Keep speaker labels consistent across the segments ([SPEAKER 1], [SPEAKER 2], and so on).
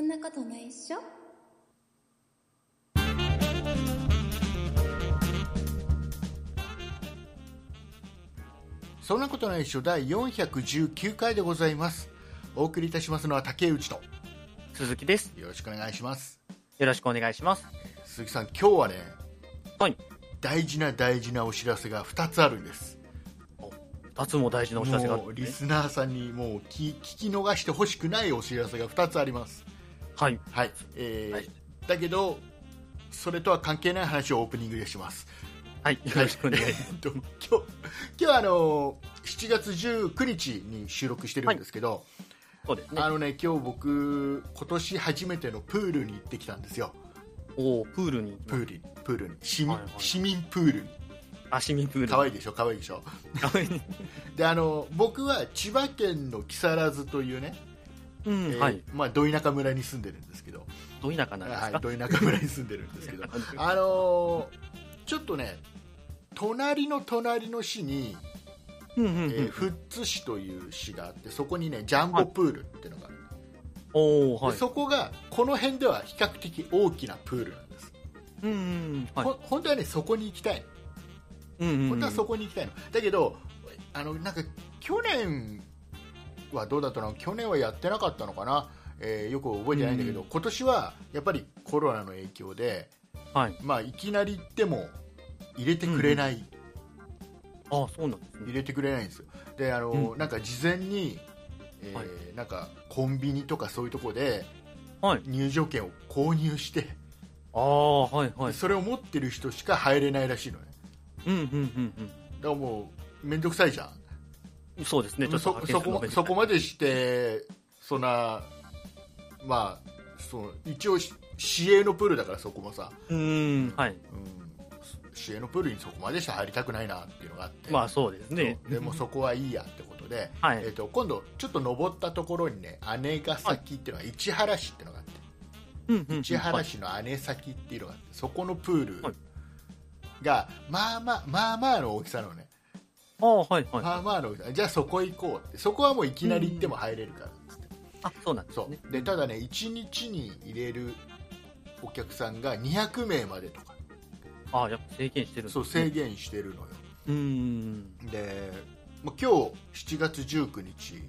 [SPEAKER 1] んなことないっしょ
[SPEAKER 2] そんなことないっしょ第419回でございますお送りいたしますのは竹内と
[SPEAKER 3] 鈴木です。
[SPEAKER 2] よろしくお願いします
[SPEAKER 3] よろしくお願いします。
[SPEAKER 2] 鈴木さん今日はね
[SPEAKER 3] はい。
[SPEAKER 2] 大事な大事なお知らせが2つあるんです
[SPEAKER 3] 二つも大事なお知らせがある
[SPEAKER 2] も
[SPEAKER 3] ん
[SPEAKER 2] う
[SPEAKER 3] で
[SPEAKER 2] リ
[SPEAKER 3] すね、
[SPEAKER 2] スナーさんにもう聞聞き逃してほしくないお知らせが2つあります
[SPEAKER 3] はい。
[SPEAKER 2] はい、えー
[SPEAKER 3] はい
[SPEAKER 2] だけどそれとは関係ない話をオープニングでします
[SPEAKER 3] はい。よろしくお願いします。
[SPEAKER 2] えっと今日今日はあの7月19日に収録してるんですけど、
[SPEAKER 3] そうですね
[SPEAKER 2] あ。のね今日僕今年初めてのプールに行ってきたんですよ
[SPEAKER 3] おープールに行き
[SPEAKER 2] プ
[SPEAKER 3] ま
[SPEAKER 2] ー
[SPEAKER 3] す。
[SPEAKER 2] ルにプールに市民,、
[SPEAKER 3] はいはい
[SPEAKER 2] 市民プールに
[SPEAKER 3] あ、市民プール。
[SPEAKER 2] 可愛いでしょ可愛いでしょ
[SPEAKER 3] 可愛い。
[SPEAKER 2] であの僕は千葉県の木更津というね、
[SPEAKER 3] うん、
[SPEAKER 2] えー
[SPEAKER 3] はい。
[SPEAKER 2] まあど田舎村に住んでるんですけど
[SPEAKER 3] ど田舎なんです
[SPEAKER 2] はい
[SPEAKER 3] か、
[SPEAKER 2] ど田舎村に住んでるんです けど
[SPEAKER 3] あ
[SPEAKER 2] あのちょっとね隣の隣の市に
[SPEAKER 3] うんうんうん。
[SPEAKER 2] えー富津市という市があってそこにねジャンボプールっていうのがある、
[SPEAKER 3] おー
[SPEAKER 2] で
[SPEAKER 3] はい。
[SPEAKER 2] そこがこの辺では比較的大きなプールなんです、
[SPEAKER 3] うんうん。はい。
[SPEAKER 2] ほ本当はねそこに行きたい
[SPEAKER 3] うんうんうん
[SPEAKER 2] 本当はそこに行きたいの、だけどあのなんか去年はどうだったの去年はやってなかったのかな、えーよく覚えてないんだけど、
[SPEAKER 3] うん
[SPEAKER 2] 今年はやっぱりコロナの影響で、
[SPEAKER 3] はい。
[SPEAKER 2] まあ、いきなり行っても入れてくれない、
[SPEAKER 3] あ、そうなんです
[SPEAKER 2] 入
[SPEAKER 3] ね。
[SPEAKER 2] れてくれないんですよであの、
[SPEAKER 3] う
[SPEAKER 2] なんか事前に、えー
[SPEAKER 3] はい
[SPEAKER 2] なんかコンビニとかそういうところで
[SPEAKER 3] はい。
[SPEAKER 2] 入場券を購入して、
[SPEAKER 3] ああ、はいはい。
[SPEAKER 2] それを持ってる人しか入れないらしいのね
[SPEAKER 3] うんうんうん
[SPEAKER 2] だからもう面倒くさいじゃん
[SPEAKER 3] うん。そうですね。ちょっと
[SPEAKER 2] そ
[SPEAKER 3] 発見
[SPEAKER 2] そ
[SPEAKER 3] するの
[SPEAKER 2] こ
[SPEAKER 3] が
[SPEAKER 2] そこまでしてそんなまあそう一応し市営のプールだからそこもさ、
[SPEAKER 3] うーん、はい。
[SPEAKER 2] うん、市営のプールにそこまでして入りたくないなっていうのがあって、
[SPEAKER 3] まあそうですね。
[SPEAKER 2] でもそこはいいやってことで、
[SPEAKER 3] はい
[SPEAKER 2] えっと今度ちょっと登ったところにね姉ヶ崎っていうのが市原市っていうのがあって
[SPEAKER 3] うんうんうん。
[SPEAKER 2] 市
[SPEAKER 3] は
[SPEAKER 2] 原
[SPEAKER 3] い
[SPEAKER 2] 市の姉崎っていうのがあってそこのプー
[SPEAKER 3] はい
[SPEAKER 2] ルがまあまあまあまあの大きさのね
[SPEAKER 3] ああ、はいはい。
[SPEAKER 2] まあまあの大きさじゃあそこ行こうってそこはもういきなり行っても入れるからっつって
[SPEAKER 3] あ、そうなんです
[SPEAKER 2] そ
[SPEAKER 3] ね。
[SPEAKER 2] うでただね1日に入れるお客さんが200名までとか
[SPEAKER 3] ああ、やっぱ制限してるんです
[SPEAKER 2] そ
[SPEAKER 3] ね
[SPEAKER 2] う制限してるのよ
[SPEAKER 3] うーん。
[SPEAKER 2] で、まあ、今日7月19日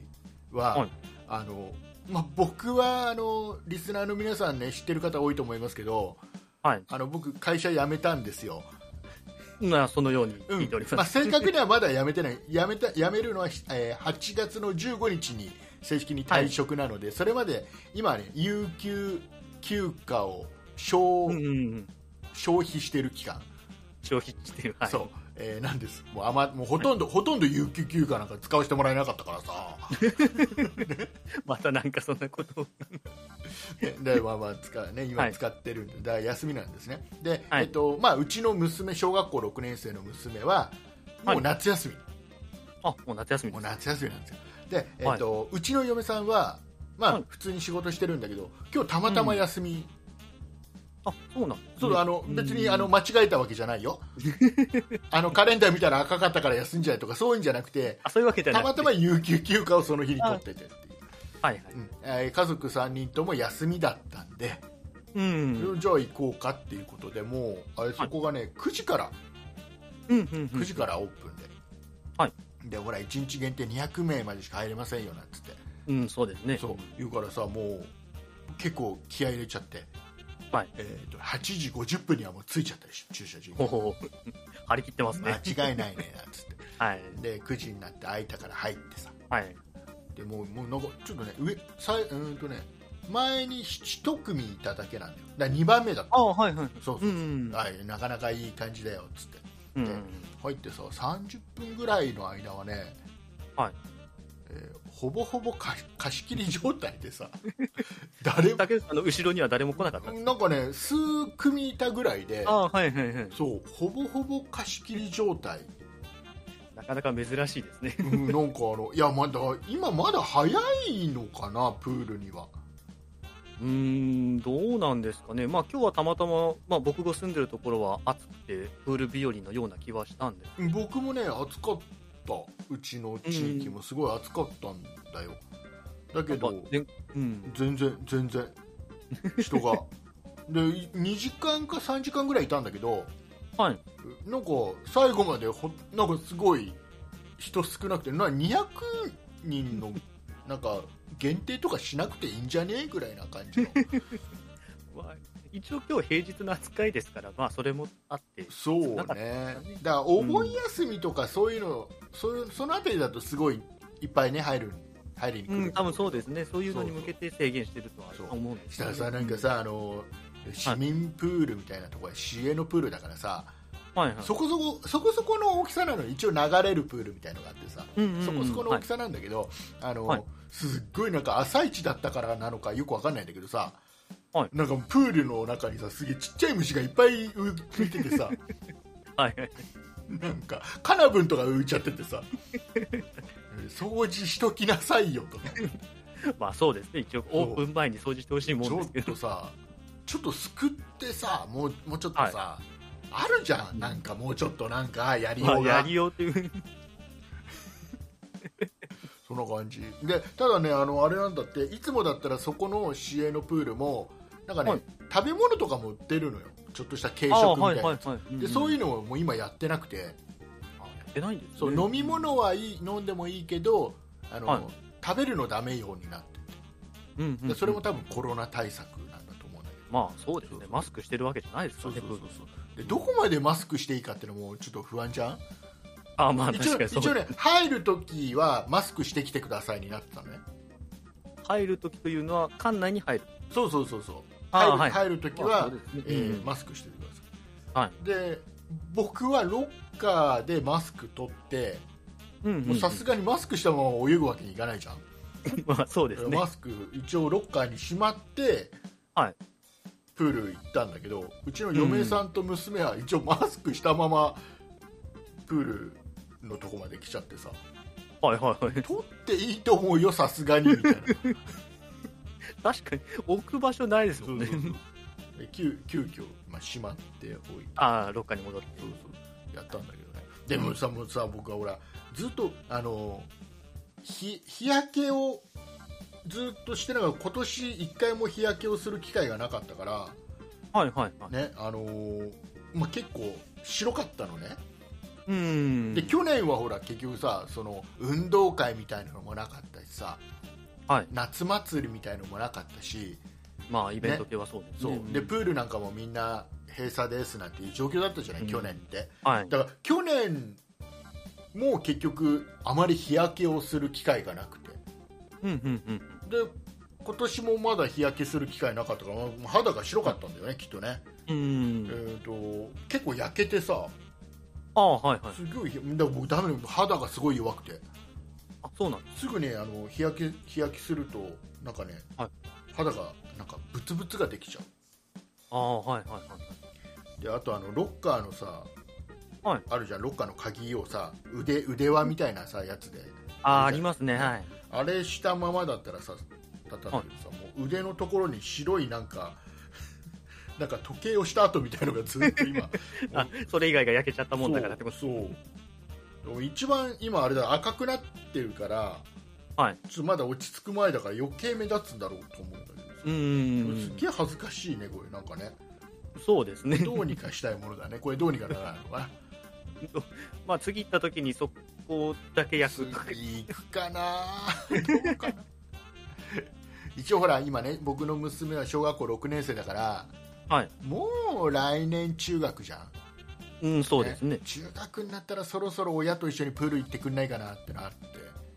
[SPEAKER 2] は、
[SPEAKER 3] はい
[SPEAKER 2] あのまあ、僕はあのリスナーの皆さん、ね、知ってる方多いと思いますけど
[SPEAKER 3] はい。
[SPEAKER 2] あの僕、会社辞めたんですよ、
[SPEAKER 3] まあ、そのように
[SPEAKER 2] う
[SPEAKER 3] 聞い
[SPEAKER 2] ん
[SPEAKER 3] ております。
[SPEAKER 2] まあ、正確にはまだ辞めてない辞めた辞めるのは、えー8月の15日に正式に退職なので、それまで今はね、有給休暇を消,、
[SPEAKER 3] うんうんうん。
[SPEAKER 2] 消費してる期間、
[SPEAKER 3] 消費してる。はい。
[SPEAKER 2] そうえーなんですもうあまもうほとんど、ほとんど有給休暇なんか使わせてもらえなかったからさ。
[SPEAKER 3] またなんかそんなことを。
[SPEAKER 2] でまあまあ使うね今
[SPEAKER 3] はい
[SPEAKER 2] 使ってるんで、だから休みなんですねで、
[SPEAKER 3] は
[SPEAKER 2] え
[SPEAKER 3] い
[SPEAKER 2] っとまあ、うちの娘小学校6年生の娘はも
[SPEAKER 3] は
[SPEAKER 2] う
[SPEAKER 3] い
[SPEAKER 2] 夏休み、
[SPEAKER 3] あ、もう夏休み
[SPEAKER 2] も
[SPEAKER 3] で
[SPEAKER 2] う
[SPEAKER 3] す。
[SPEAKER 2] 夏休みなんですよで、えっとうちの嫁さんは、まあ
[SPEAKER 3] はい
[SPEAKER 2] 普通に仕事してるんだけど今日たまたま休み、
[SPEAKER 3] あ、そうなん
[SPEAKER 2] そうあの別にあの、間違えたわけじゃない よあのカレンダー見たら赤かったから休んじゃえとかそういうんじゃなくて
[SPEAKER 3] あ、そういうわけじゃな
[SPEAKER 2] た
[SPEAKER 3] い。
[SPEAKER 2] またま有給休暇をその日に取っててっていう
[SPEAKER 3] はいはい。
[SPEAKER 2] うんえー家族3人とも休みだったんで、
[SPEAKER 3] うん。
[SPEAKER 2] じゃあ行こうかっていうことでもうあれそこがね、9時から
[SPEAKER 3] うんうんう
[SPEAKER 2] 9
[SPEAKER 3] ん。
[SPEAKER 2] 時からオープンで、
[SPEAKER 3] はい
[SPEAKER 2] でほら1日限定200名までしか入れませんよなんつって
[SPEAKER 3] うん、そうですね。
[SPEAKER 2] そう言うからさもう結構気合い入れちゃって、
[SPEAKER 3] はい
[SPEAKER 2] えーと8時50分にはもう着いちゃったでしょ駐車場に
[SPEAKER 3] ほうほう。張り切ってますね。
[SPEAKER 2] 間違いないねなんつって
[SPEAKER 3] はい。
[SPEAKER 2] で9時になって空いたから入ってさ
[SPEAKER 3] はい。
[SPEAKER 2] でもうもうなんかちょっとね上さいうんとね前に1組いただけなんだよだ2番目だった
[SPEAKER 3] あ、はいはい。
[SPEAKER 2] そうそう
[SPEAKER 3] う
[SPEAKER 2] そう、
[SPEAKER 3] ん。
[SPEAKER 2] はい、なかなかいい感じだよっつって
[SPEAKER 3] うん。
[SPEAKER 2] 入ってさ30分ぐらいの間はね、
[SPEAKER 3] はい
[SPEAKER 2] えーほぼほぼ貸し貸し切り状態で さ誰も
[SPEAKER 3] だけど、あの、後ろには誰も来なかった。
[SPEAKER 2] なんかね数組いたぐらいで
[SPEAKER 3] あ、はいはいはい。
[SPEAKER 2] そうほぼほぼ貸し切り状態
[SPEAKER 3] なかなか珍しいですね。
[SPEAKER 2] うんなんかあのいやまだ今まだ早いのかなプールには
[SPEAKER 3] うーん、どうなんですかね。まあ、今日はたまたま、まあ、僕が住んでるところは暑くて、プール日和のような気はしたんで。
[SPEAKER 2] 僕もね暑かったうちの地域もすごい暑かったんだよだけ
[SPEAKER 3] やっ
[SPEAKER 2] ど
[SPEAKER 3] ぱねうん。
[SPEAKER 2] 全然全然人 がで2時間か3時間ぐらいいたんだけど
[SPEAKER 3] はい。
[SPEAKER 2] なんか最後までほなんかすごい人少なくてな200人のなんか限定とかしなくていいんじゃねえぐらいな感じの
[SPEAKER 3] まあ一応今日平日の扱いですから、まあそれもあって。
[SPEAKER 2] そうねだからお盆休みとかそういうの、そういうそのあたりだとすごいいっぱいね入る入りに来
[SPEAKER 3] う
[SPEAKER 2] る、
[SPEAKER 3] ん、多分そうですね。そういうのに向けて制限してるとは
[SPEAKER 2] そう
[SPEAKER 3] 思うんです
[SPEAKER 2] し
[SPEAKER 3] け
[SPEAKER 2] た
[SPEAKER 3] ど
[SPEAKER 2] らさなんか、さあの市民プールみたいなところ市営のプールだからさ、
[SPEAKER 3] はいはい。
[SPEAKER 2] そこそこそこそこの大きさなのに一応流れるプールみたいのがあってさ、
[SPEAKER 3] うんうんうん
[SPEAKER 2] そこそこの大きさなんだけど、あの
[SPEAKER 3] はい
[SPEAKER 2] すっごいなんか朝一だったからなのかよくわかんないんだけどさ、
[SPEAKER 3] はい
[SPEAKER 2] なんかプールの中にさすげえちっちゃい虫がいっぱいう浮いてて さ
[SPEAKER 3] はいはい。
[SPEAKER 2] なんかカナブンとか浮いちゃっててさうん掃除しときなさいよとか
[SPEAKER 3] まあそうですね。一応オープン前に掃除してほしいも
[SPEAKER 2] ち
[SPEAKER 3] ん
[SPEAKER 2] ょ
[SPEAKER 3] ですけ
[SPEAKER 2] っ
[SPEAKER 3] ど
[SPEAKER 2] と。さちょっとすくってさもうもうちょっとさ、あるじゃんなんかもうちょっとなんかやり
[SPEAKER 3] ま
[SPEAKER 2] よ
[SPEAKER 3] あ
[SPEAKER 2] うが
[SPEAKER 3] やりようという。
[SPEAKER 2] そんな感じでただねあのあれなんだっていつもだったらそこの市営のプールもなんかね、
[SPEAKER 3] はい
[SPEAKER 2] 食べ物とかも売ってるのよちょっとした軽
[SPEAKER 3] ああ
[SPEAKER 2] 食みた
[SPEAKER 3] はいい
[SPEAKER 2] な、
[SPEAKER 3] はいはい。
[SPEAKER 2] でそういううのをもう今やってなくて
[SPEAKER 3] の出ないんですね
[SPEAKER 2] そう、飲み物はいい飲んでもいいけどあの、
[SPEAKER 3] はい
[SPEAKER 2] 食べるのダメようになって
[SPEAKER 3] うんうんうん
[SPEAKER 2] でそれも多分コロナ対策なんだと思うんだけど
[SPEAKER 3] まあそうです
[SPEAKER 2] そう
[SPEAKER 3] ね
[SPEAKER 2] そう
[SPEAKER 3] マスクしてるわけじゃないですからねプール
[SPEAKER 2] でどこまでマスクしていいかっていうのもちょっと不安じゃん
[SPEAKER 3] ああまあ
[SPEAKER 2] 一
[SPEAKER 3] 確
[SPEAKER 2] 応
[SPEAKER 3] かにそう
[SPEAKER 2] 一応ね入るときはマスクしてきてくださいになってたのね
[SPEAKER 3] 入るときというのは館内に入る
[SPEAKER 2] そうそうそうそう入
[SPEAKER 3] あー
[SPEAKER 2] る,、
[SPEAKER 3] はい
[SPEAKER 2] 入るとき
[SPEAKER 3] まあそ
[SPEAKER 2] は
[SPEAKER 3] う、ですね
[SPEAKER 2] えー
[SPEAKER 3] うん
[SPEAKER 2] マスクしててください、
[SPEAKER 3] は
[SPEAKER 2] で僕はロッカーでマスク取って
[SPEAKER 3] うんうん
[SPEAKER 2] もうさすがにマスクしたまま泳ぐわけにいかないじゃん、
[SPEAKER 3] まあそうですね
[SPEAKER 2] マスク一応ロッカーにしまって、
[SPEAKER 3] はい
[SPEAKER 2] プール行ったんだけどうちの嫁さんと娘は一応マスクしたままプールのとこまで来ちゃってさ
[SPEAKER 3] はいはいはい
[SPEAKER 2] 取っていいと思うよさすがにみたいな
[SPEAKER 3] 確かに置く場所ないです
[SPEAKER 2] そ
[SPEAKER 3] もん
[SPEAKER 2] うそう
[SPEAKER 3] ね
[SPEAKER 2] そうで急急遽、まあ、しまっておいて
[SPEAKER 3] ああロッカーに戻って
[SPEAKER 2] そうそうやったんだけどねでもさもうさ僕はほらずっとあの日日焼けをずっとしてながら今年一回も日焼けをする機会がなかったか
[SPEAKER 3] はいはいは
[SPEAKER 2] ら
[SPEAKER 3] い
[SPEAKER 2] ねあのーまあ、結構白かったのね
[SPEAKER 3] うん
[SPEAKER 2] で去年はほら結局さその運動会みたいなのもなかったしさ、
[SPEAKER 3] はい
[SPEAKER 2] 夏祭りみたいのもなかったし
[SPEAKER 3] まあイベント系はそうです
[SPEAKER 2] そう、
[SPEAKER 3] ね
[SPEAKER 2] でプールなんかもみんな閉鎖ですなんていう状況だったじゃない、
[SPEAKER 3] うん
[SPEAKER 2] 去年って、
[SPEAKER 3] はい
[SPEAKER 2] だから去年も結局あまり日焼けをする機会がなくて
[SPEAKER 3] うんうんうん
[SPEAKER 2] で今年もまだ日焼けする機会なかったからまあ肌が白かったんだよねきっとね、
[SPEAKER 3] うん
[SPEAKER 2] え
[SPEAKER 3] うん
[SPEAKER 2] ー、と結構焼けてさ
[SPEAKER 3] ああはいはい
[SPEAKER 2] すごいだから僕ダメだ肌がすごい弱くて
[SPEAKER 3] あそうなんです
[SPEAKER 2] ぐねあの日焼け日焼けするとなんかね、
[SPEAKER 3] はい
[SPEAKER 2] 肌がなんかブツブツができちゃ
[SPEAKER 3] すああはいはいは
[SPEAKER 2] うであとあのロッカーのさ、
[SPEAKER 3] はい
[SPEAKER 2] あるじゃんロッカーの鍵をさ腕腕輪みたいなさやつで
[SPEAKER 3] いああありますねはい
[SPEAKER 2] あれしたままだったらさだったんだけどさ、もう腕のところに白いなんか なんか時計をした後みたいのがずっと今
[SPEAKER 3] あそれ以外が焼けちゃったもんだからってこと
[SPEAKER 2] そうそうでも一番今あれだ赤くなってるから、
[SPEAKER 3] はい
[SPEAKER 2] ちょっとまだ落ち着く前だから余計目立つんだろうと思うんだけどさ
[SPEAKER 3] う
[SPEAKER 2] これ
[SPEAKER 3] ん
[SPEAKER 2] すっげえ恥ずかしいねこれなんかね
[SPEAKER 3] そうですね
[SPEAKER 2] どうにかしたいものだねこれどうにかならないのかな
[SPEAKER 3] まあ次行った時にそこだけ焼く
[SPEAKER 2] 次行くかなどうかな一応ほら今ね僕の娘は小学校6年生だから
[SPEAKER 3] はい
[SPEAKER 2] もう来年中学じゃん
[SPEAKER 3] うんそうですね
[SPEAKER 2] 中学になったらそろそろ親と一緒にプール行ってくんないかなってのあって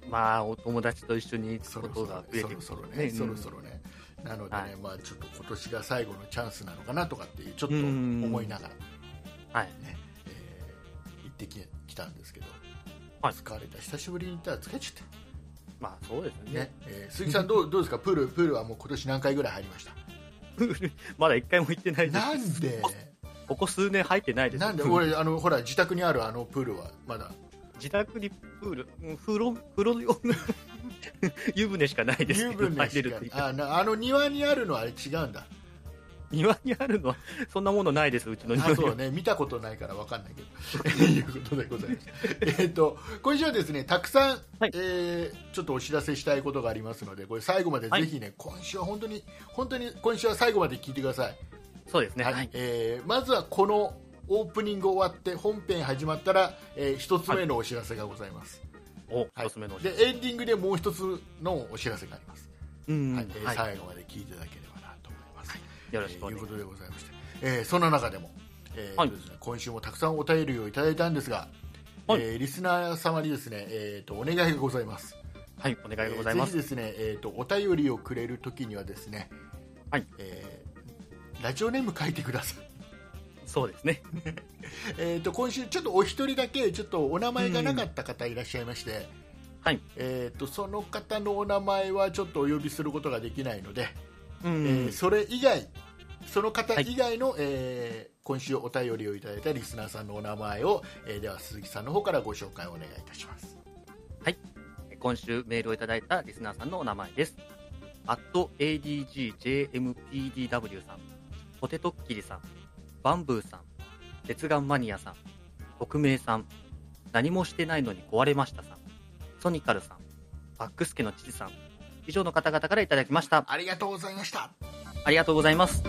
[SPEAKER 3] まあお友達と一緒に行
[SPEAKER 2] そ
[SPEAKER 3] く
[SPEAKER 2] ろ
[SPEAKER 3] こ
[SPEAKER 2] そ
[SPEAKER 3] と
[SPEAKER 2] ろ
[SPEAKER 3] が増え
[SPEAKER 2] ね
[SPEAKER 3] て
[SPEAKER 2] そ
[SPEAKER 3] く
[SPEAKER 2] ろ
[SPEAKER 3] る
[SPEAKER 2] そろねそろそ
[SPEAKER 3] ろ
[SPEAKER 2] ろねなのでね、
[SPEAKER 3] はい
[SPEAKER 2] まあちょっと今年が最後のチャンスなのかなとかっていうちょっと
[SPEAKER 3] うんうんうん
[SPEAKER 2] 思いながら、
[SPEAKER 3] はい
[SPEAKER 2] えー行ってき来たんですけど、
[SPEAKER 3] はい
[SPEAKER 2] 疲れた久しぶりに行ったら疲れちゃっ
[SPEAKER 3] まあそうです
[SPEAKER 2] た、
[SPEAKER 3] ね
[SPEAKER 2] ねえー鈴木さんどうどうですかプールプールはもう今年何回ぐらい入りました
[SPEAKER 3] まだ一回も行ってないです
[SPEAKER 2] なんで
[SPEAKER 3] ここ数年入ってないです
[SPEAKER 2] なんで俺あのほら自宅にあるあのプールはまだ
[SPEAKER 3] 自宅にプールうん風呂風呂用の 湯船しかないです
[SPEAKER 2] 湯
[SPEAKER 3] けど
[SPEAKER 2] 船
[SPEAKER 3] 入れ
[SPEAKER 2] し
[SPEAKER 3] る
[SPEAKER 2] か
[SPEAKER 3] と言って
[SPEAKER 2] あなあの庭にあるのはあれ違うんだ
[SPEAKER 3] 庭にあるのは、そんなものないです、うちの庭
[SPEAKER 2] あ
[SPEAKER 3] に
[SPEAKER 2] そう
[SPEAKER 3] は。
[SPEAKER 2] ね見たことないからわかんないけど ということでございますえっと今週はですねたくさん、
[SPEAKER 3] はい
[SPEAKER 2] えーちょっとお知らせしたいことがありますのでこれ最後までぜひね、今週は本当に本当に今週は最後まで聞いてください
[SPEAKER 3] そうですね。
[SPEAKER 2] は
[SPEAKER 3] はいい。
[SPEAKER 2] えーまずはこのオープニング終わって本編始まったら、え1つ目のお知らせがございます、
[SPEAKER 3] お、
[SPEAKER 2] はい
[SPEAKER 3] 一つ目の。
[SPEAKER 2] でエンディングでもう1つのお知らせがあります、
[SPEAKER 3] うん。は
[SPEAKER 2] はい
[SPEAKER 3] い
[SPEAKER 2] え。ー最後まで聞いていただければなと思います、
[SPEAKER 3] よろしくお願い
[SPEAKER 2] えー
[SPEAKER 3] し
[SPEAKER 2] いうことでご
[SPEAKER 3] ます。
[SPEAKER 2] ざいまして、えーそんな中でも、えー
[SPEAKER 3] はい
[SPEAKER 2] そうですね今週もたくさんお便りをいただいたんですが、
[SPEAKER 3] はい
[SPEAKER 2] えーリスナー様にですね、えー、とお願いがございます
[SPEAKER 3] はい、お願いがございま
[SPEAKER 2] え
[SPEAKER 3] す。
[SPEAKER 2] ーぜひですね、えー、とお便りをくれるときにはですね、
[SPEAKER 3] はい
[SPEAKER 2] えーラジオネーム書いてください
[SPEAKER 3] そうですね。
[SPEAKER 2] えー、と今週、ちょっとお一人だけちょっとお名前がなかった方いらっしゃいまして、
[SPEAKER 3] はい。
[SPEAKER 2] えー、とその方のお名前はちょっとお呼びすることができないので、え
[SPEAKER 3] う
[SPEAKER 2] ー
[SPEAKER 3] ん。
[SPEAKER 2] それ以外その方以外の、えー今週お便りをいただいたリスナーさんのお名前を、えーでは鈴木さんの方からご紹介をお願いいたします。
[SPEAKER 3] 今週メールをいただいたリスナーさんのお名前です。アット ADGJMPDW さん、ポテトッキリさん、バンブーさん、鉄眼マニアさん、匿名さん、何もしてないのに壊れましたさん、ソニカルさん、バックスケの父さん、以上の方々からいただきました。
[SPEAKER 2] ありがとうございました
[SPEAKER 3] ありがとうございます。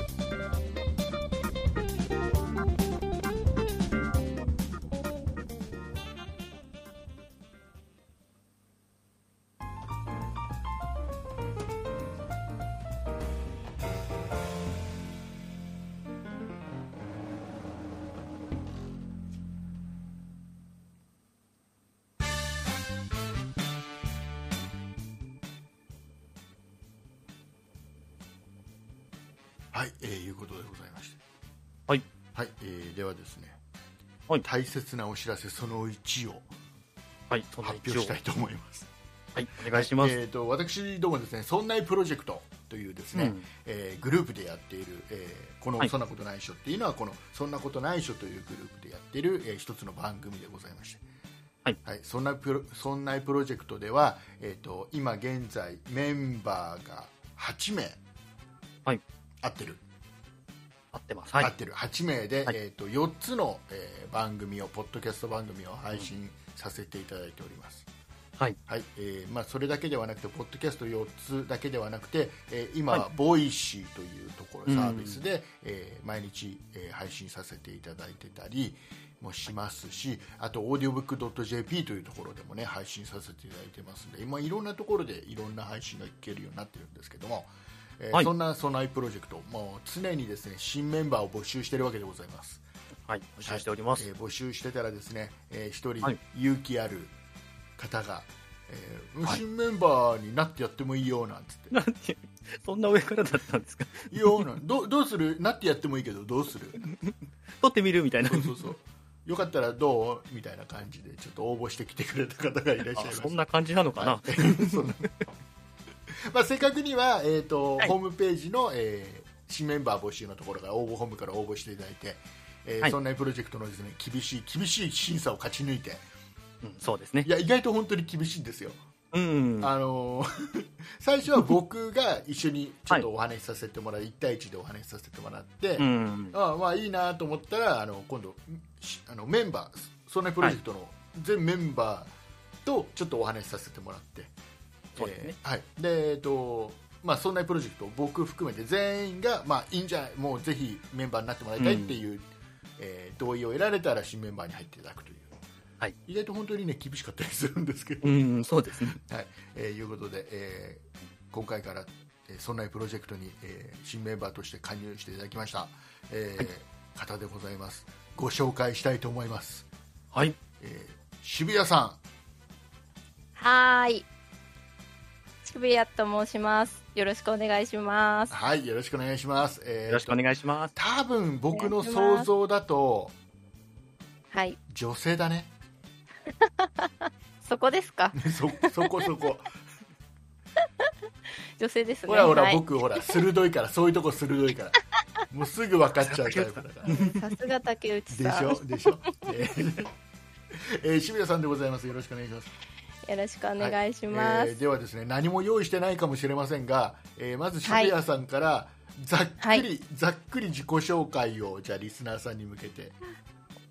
[SPEAKER 2] はい、えーいうことでございまして、
[SPEAKER 3] はい。
[SPEAKER 2] はいえーではですね、
[SPEAKER 3] はい
[SPEAKER 2] 大切なお知らせその1を
[SPEAKER 3] はい、そんな
[SPEAKER 2] 発
[SPEAKER 3] 一
[SPEAKER 2] 表
[SPEAKER 3] 応。
[SPEAKER 2] したいと思います。
[SPEAKER 3] はい、お願いします。
[SPEAKER 2] えー、と私どもですね「そんないプロジェクト」というですね、
[SPEAKER 3] うん
[SPEAKER 2] えーグループでやっている、えーこの、
[SPEAKER 3] はい
[SPEAKER 2] そんなことないっしょ」っていうのはこの「そんなことないっしょ」というグループでやっている、えー一つの番組でございまして。
[SPEAKER 3] はい
[SPEAKER 2] そんなプロそんないプロジェクトでは、えー、と今現在メンバーが8名、
[SPEAKER 3] はい
[SPEAKER 2] 合ってる、
[SPEAKER 3] 合ってます。はい
[SPEAKER 2] 合っ。てる8名で、
[SPEAKER 3] はい
[SPEAKER 2] えー、と4つの、えー番組をポッドキャスト番組を配信させていただいております。
[SPEAKER 3] はい。
[SPEAKER 2] はいえーまあ、それだけではなくて、ポッドキャスト4つだけではなくて、えー今
[SPEAKER 3] は
[SPEAKER 2] はボイシーというとこ
[SPEAKER 3] う
[SPEAKER 2] ろ、
[SPEAKER 3] ん
[SPEAKER 2] サービスで、えー毎日、えー配信させていただいてたりもしますし、あと、オーディオブックドット JP というところでもね、配信させていただいてますので、今、いろんなところでいろんな配信が聞けるようになってるんですけども、えー
[SPEAKER 3] はい
[SPEAKER 2] そんな備えプロジェクト、もう常にですね新メンバーを募集しているわけでございます。
[SPEAKER 3] はい。募集しております。
[SPEAKER 2] えー募集してたらですね、えー一人
[SPEAKER 3] はい
[SPEAKER 2] 勇気ある方が、えー
[SPEAKER 3] はい
[SPEAKER 2] 新メンバーになってやってもいいよなんつ って、
[SPEAKER 3] なんて、そんな上からだったんですか
[SPEAKER 2] い、いよなんどどうするなってやってもいいけどどうする
[SPEAKER 3] 撮ってみるみたいな。
[SPEAKER 2] そうそうそうよかったらどうみたいな感じでちょっと応募してきてくれた方がいらっしゃいま
[SPEAKER 3] あ
[SPEAKER 2] す
[SPEAKER 3] そんな感じなのかな、
[SPEAKER 2] はい そんなまあ正確には、えーと
[SPEAKER 3] はい
[SPEAKER 2] ホームページの、えー新メンバー募集のところから応募本部から応募していただいて、えー
[SPEAKER 3] はい
[SPEAKER 2] そんなプロジェクトのです、ね、厳しい厳しい審査を勝ち抜いて
[SPEAKER 3] うん、そうですね
[SPEAKER 2] い。や意外と本当に厳しいんですよ、
[SPEAKER 3] うん。
[SPEAKER 2] あのー 最初は僕が一緒にちょっとお話しさせてもらい、1対1でお話しさせてもらって、
[SPEAKER 3] うん。
[SPEAKER 2] ああまあいいなと思ったらあの今度しあのメンバーそんなプロジェクトの全メンバーとちょっとお話しさせてもらって、
[SPEAKER 3] そうですね
[SPEAKER 2] えーはいでえっとまあそんなプロジェクト僕含めて全員がまあいいんじゃないもうぜひメンバーになってもらいたいっていう、えー同意を得られたら新メンバーに入っていただくという、
[SPEAKER 3] はい
[SPEAKER 2] 意外と本当にね厳しかったりするんですけど
[SPEAKER 3] うん、そうですね。
[SPEAKER 2] はい、えーいうことで、えー今回から、えー、そんなプロジェクトに、えー新メンバーとして加入していただきました、えー方でございます。ご紹介したいと思います。
[SPEAKER 3] はい。
[SPEAKER 2] えー渋谷さ
[SPEAKER 1] はーい。ちくびやと申します。よろしくお願いしま
[SPEAKER 2] ん、
[SPEAKER 1] す。
[SPEAKER 2] はい、よろしくお願いします。えー
[SPEAKER 3] よろしくお願いします。
[SPEAKER 2] 多分僕の
[SPEAKER 1] お願いします
[SPEAKER 2] 想像だと
[SPEAKER 1] はい。
[SPEAKER 2] 女性だね。
[SPEAKER 1] そこです か
[SPEAKER 2] そそこそ こ。
[SPEAKER 1] 女性ですね。
[SPEAKER 2] ほらほら、
[SPEAKER 1] はい、
[SPEAKER 2] 僕ほら鋭いからそういうとこ鋭いから。もうすぐ分かっちゃうタイプだ から。
[SPEAKER 1] さすが竹内
[SPEAKER 2] で
[SPEAKER 1] さん。
[SPEAKER 2] しょでしょ。えーえー渋谷さんでございます。よろしくお願いします。
[SPEAKER 1] よろしくお願いします。
[SPEAKER 2] えーではですね何も用意してないかもしれませんが、えーまず渋谷さんから、ざっくり、
[SPEAKER 1] はい
[SPEAKER 2] ざっくり自己紹介をじゃあリスナーさんに向けて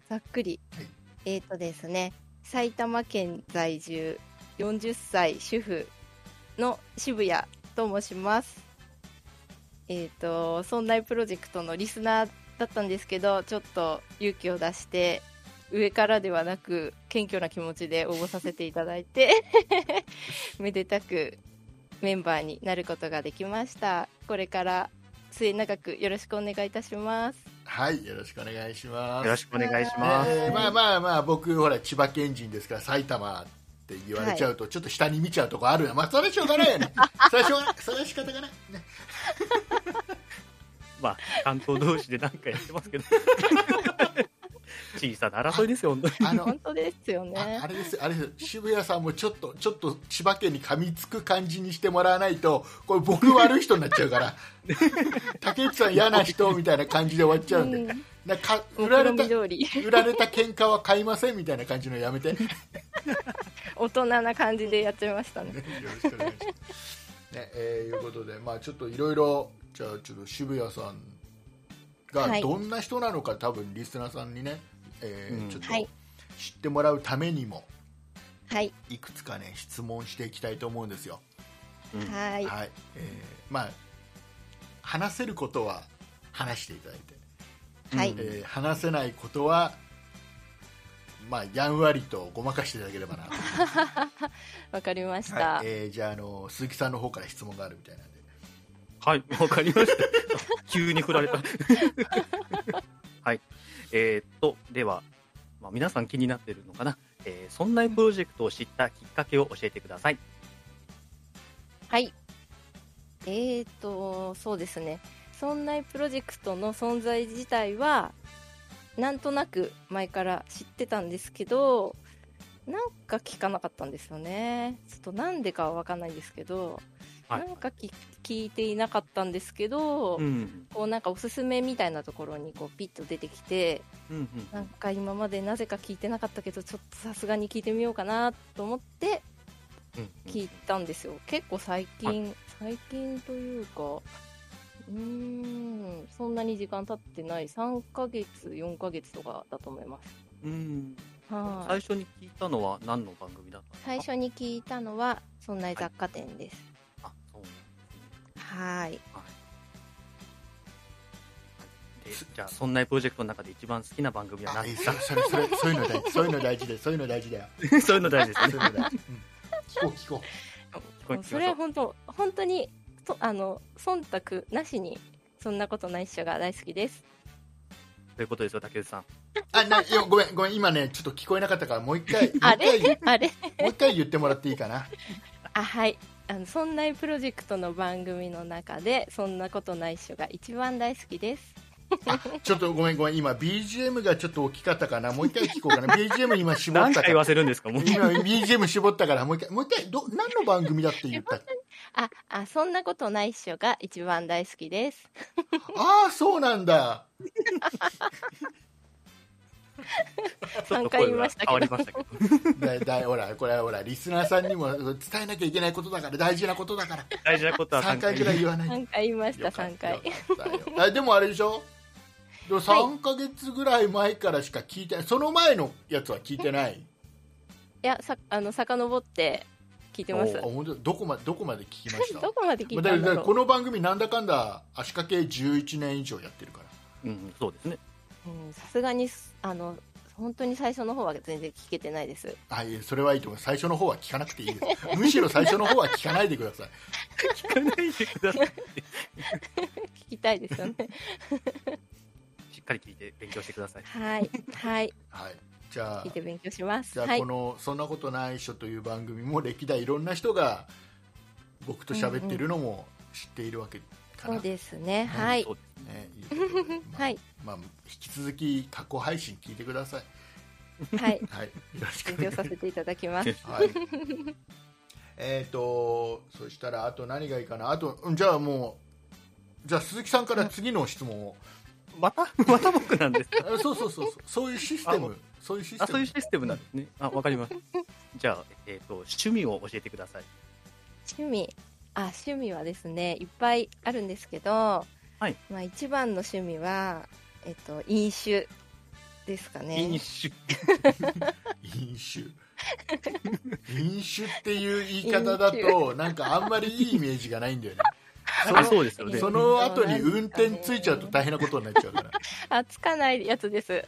[SPEAKER 1] ざっくり。
[SPEAKER 2] はい
[SPEAKER 1] えっ、とですね、埼玉県在住40歳主婦の渋谷と申します。えっ、と、村内プロジェクトのリスナーだったんですけど、ちょっと勇気を出して、上からではなく謙虚な気持ちで応募させていただいて めでたくメンバーになることができましたこれから末永くよろしくお願いいたします
[SPEAKER 2] はいよろしくお願いします
[SPEAKER 3] よろしくお願いします。
[SPEAKER 2] ねまあまあまあ僕ほら千葉県人ですから埼玉って言われちゃうと、ちょっと下に見ちゃうとこあるなまあそれはしょうがないよ ねそれはしょうがないそれは仕方がないね
[SPEAKER 3] まあ、関東同士で何かやって ますけど。小さな争いですよ、本当に。
[SPEAKER 2] あの
[SPEAKER 1] 本当ですよ
[SPEAKER 2] あ
[SPEAKER 1] ね
[SPEAKER 2] あれですよあれですよ渋谷さんもちょっとちょっと千葉県に噛みつく感じにしてもらわないとこれ僕悪い人になっちゃうから 竹内さん嫌な人みたいな感じで終わっちゃうんで、
[SPEAKER 1] うん
[SPEAKER 2] なんか
[SPEAKER 1] お
[SPEAKER 2] 売られ
[SPEAKER 1] 好
[SPEAKER 2] た
[SPEAKER 1] み通り
[SPEAKER 2] 売られた喧嘩は買いませんみたいな感じのや めてよ
[SPEAKER 1] 大人な感じでやっちゃいましたね
[SPEAKER 2] ろしくお願いします、ねえーいうことで、まあ、ちょっといろいろじゃあちょっと渋谷さん
[SPEAKER 1] は
[SPEAKER 2] が
[SPEAKER 1] い
[SPEAKER 2] どんな人なのか、多分リスナーさんにね、えー
[SPEAKER 3] うん
[SPEAKER 2] ちょっと
[SPEAKER 1] はい
[SPEAKER 2] 知ってもらうためにも
[SPEAKER 1] はい
[SPEAKER 2] いくつかね質問していきたいと思うんですよ
[SPEAKER 3] うん
[SPEAKER 1] はい
[SPEAKER 2] はい、えーまあ話せることは話していただいて、
[SPEAKER 1] はい
[SPEAKER 3] うん
[SPEAKER 2] えー話せないことはまあやんわりとごまかしていただければ なと、
[SPEAKER 1] わかりました、
[SPEAKER 2] はいえーじゃああの鈴木さんの方から質問があるみたいなんで
[SPEAKER 3] はい、わかりました。 急に振られた。 はい。えーっと、では、まあ、皆さん気になってるのかな。えー、そんなプロジェクトを知ったきっかけを教えてください。
[SPEAKER 1] はい。えーと、そうですね。そんなプロジェクトの存在自体は、なんとなく前から知ってたんですけど、なんか聞かなかったんですよね。ちょっとなんでかはわかんないんですけど、
[SPEAKER 3] はい
[SPEAKER 1] なんか聞聞いていなかったんですけど、
[SPEAKER 3] うん。
[SPEAKER 1] こうなんかおすすめみたいなところにこうピッと出てきて、
[SPEAKER 3] うんうん。
[SPEAKER 1] なんか今までなぜか聞いてなかったけど、ちょっとさすがに聞いてみようかなと思って、
[SPEAKER 3] うん
[SPEAKER 1] 聞いたんですよ、結構最近、最近というかうーんそんなに時間経ってない3ヶ月4ヶ月とかだと思います
[SPEAKER 3] うん。
[SPEAKER 1] は
[SPEAKER 3] 最
[SPEAKER 1] い
[SPEAKER 3] 初に聞いたのは何の番組だったんですか
[SPEAKER 1] 最初に聞いたのは「そんな雑貨店」です
[SPEAKER 3] あ、そうなんですね。
[SPEAKER 1] はい
[SPEAKER 3] はい。で、じゃあ、そんなプロジェクトの中で一番好きな番組は
[SPEAKER 2] あえ
[SPEAKER 3] 何
[SPEAKER 2] ーそそれそれ そういうの大事そういうの大事だよそういうの大事だよ
[SPEAKER 3] そういうの大事で す
[SPEAKER 2] そう
[SPEAKER 3] よ
[SPEAKER 2] い うの
[SPEAKER 3] ね。
[SPEAKER 2] 大事、うん聞こう聞こ
[SPEAKER 3] 聞こえ聞きましょう
[SPEAKER 1] それは本当本当にとあの忖度なしにそんなことないっしょが大好きです
[SPEAKER 3] ということですよ、竹内さん。
[SPEAKER 2] うあないやごめんごめん今ねちょっと聞こえなかったからもう一 回
[SPEAKER 1] あ
[SPEAKER 2] もう一回
[SPEAKER 1] れあれ
[SPEAKER 2] もう一回言ってもらっていいかな
[SPEAKER 1] あはいあのそんなプロジェクトの番組の中で「そんなことないっしょ」が一番大好きです
[SPEAKER 2] ちょっとごめんごめん今 BGM がちょっと大きかったかなもう一回聞こうかな BGM 今絞っ
[SPEAKER 3] 何
[SPEAKER 2] た
[SPEAKER 3] 回
[SPEAKER 2] か
[SPEAKER 3] 言
[SPEAKER 2] ら
[SPEAKER 3] わせるんですか、もう。
[SPEAKER 2] 今 BGM 絞ったからもう一回もう一回ど何の番組だって言ったっけ
[SPEAKER 1] あ、あ、そんなことないっしょが一番大好きです。
[SPEAKER 2] ああそうなんだ
[SPEAKER 3] ちょっと
[SPEAKER 1] 三回
[SPEAKER 3] 声
[SPEAKER 1] 言い
[SPEAKER 3] が
[SPEAKER 1] ました
[SPEAKER 3] 変
[SPEAKER 1] けど
[SPEAKER 3] わりましたけど。
[SPEAKER 2] だだほらこれはほらリスナーさんにも伝えなきゃいけないことだから大事なことだか
[SPEAKER 3] 大事なこと
[SPEAKER 2] ら
[SPEAKER 3] は
[SPEAKER 2] 3
[SPEAKER 3] 3
[SPEAKER 2] 回
[SPEAKER 3] 回
[SPEAKER 2] くらい言わない
[SPEAKER 1] 3回言いました、
[SPEAKER 2] よかっ
[SPEAKER 1] 3回。
[SPEAKER 2] たよかったよあでもあれでしょでも3か月ぐらい前からしか聞いてないその前のやつは聞いてない
[SPEAKER 1] いや、さ、あの、遡って聞いてます
[SPEAKER 2] あ。本当どこまどこまで聞きました
[SPEAKER 1] どこまで聞い
[SPEAKER 2] ま
[SPEAKER 1] た
[SPEAKER 2] あ
[SPEAKER 1] ん
[SPEAKER 2] だか
[SPEAKER 1] だ
[SPEAKER 2] らこ
[SPEAKER 1] ろ
[SPEAKER 2] の番組なんだかんだ足掛け11年以上やってるから
[SPEAKER 3] うん、そうですね。
[SPEAKER 1] ううん。さすがに、あの、本当に最初の方は全然聞けてないです。
[SPEAKER 2] あいえそれはいいと思います最初の方は聞かなくていいです むしろ最初の方は聞かないでください
[SPEAKER 3] 聞かないでください。
[SPEAKER 1] 聞きたい ですよね。
[SPEAKER 3] しっかり聞いて勉強してください。
[SPEAKER 1] はい。はい。
[SPEAKER 2] はいじゃあ
[SPEAKER 1] 聞いて勉強します。
[SPEAKER 2] じゃ
[SPEAKER 1] は
[SPEAKER 2] あ
[SPEAKER 1] い
[SPEAKER 2] こ。の「そんなことないっしょ」という番組も歴代いろんな人が僕と喋ってるのも知っているわけかな、
[SPEAKER 1] そうですね。はい
[SPEAKER 3] そ。うですね。
[SPEAKER 2] ねいうことでま あ
[SPEAKER 1] はい
[SPEAKER 2] まあ、引き続き過去配信聞いてください、
[SPEAKER 1] はい。
[SPEAKER 2] はい、よろしく
[SPEAKER 1] 勉
[SPEAKER 2] お願い
[SPEAKER 1] 強
[SPEAKER 2] し
[SPEAKER 1] させていただきます。
[SPEAKER 2] ます、はい、えっとそしたらあと何がいいかなあとうんじゃあもうじゃあ鈴木さんから次の質問を
[SPEAKER 3] また、また僕なんです。
[SPEAKER 2] あそうそうそうそうそういうシステ
[SPEAKER 3] あも
[SPEAKER 2] ムそういうシス
[SPEAKER 3] あ、
[SPEAKER 2] テ
[SPEAKER 3] そういう
[SPEAKER 2] ム
[SPEAKER 3] システムなんですね。あ、わかります。じゃあ、えっ、と、趣味を教えてください。
[SPEAKER 1] 趣味あ趣味はですねいっぱいあるんですけど、
[SPEAKER 3] はい
[SPEAKER 1] まあ、一番の趣味は、えっと、飲酒ですかね
[SPEAKER 3] 飲酒。
[SPEAKER 2] 飲酒飲酒っていう言い方だとなんかあんまりいいイメージがないんだよねそ
[SPEAKER 3] あ、
[SPEAKER 2] の
[SPEAKER 3] そうですよね。
[SPEAKER 1] う
[SPEAKER 2] その後に運転ついちゃうと大変なことになっちゃうから
[SPEAKER 1] あつかないやつです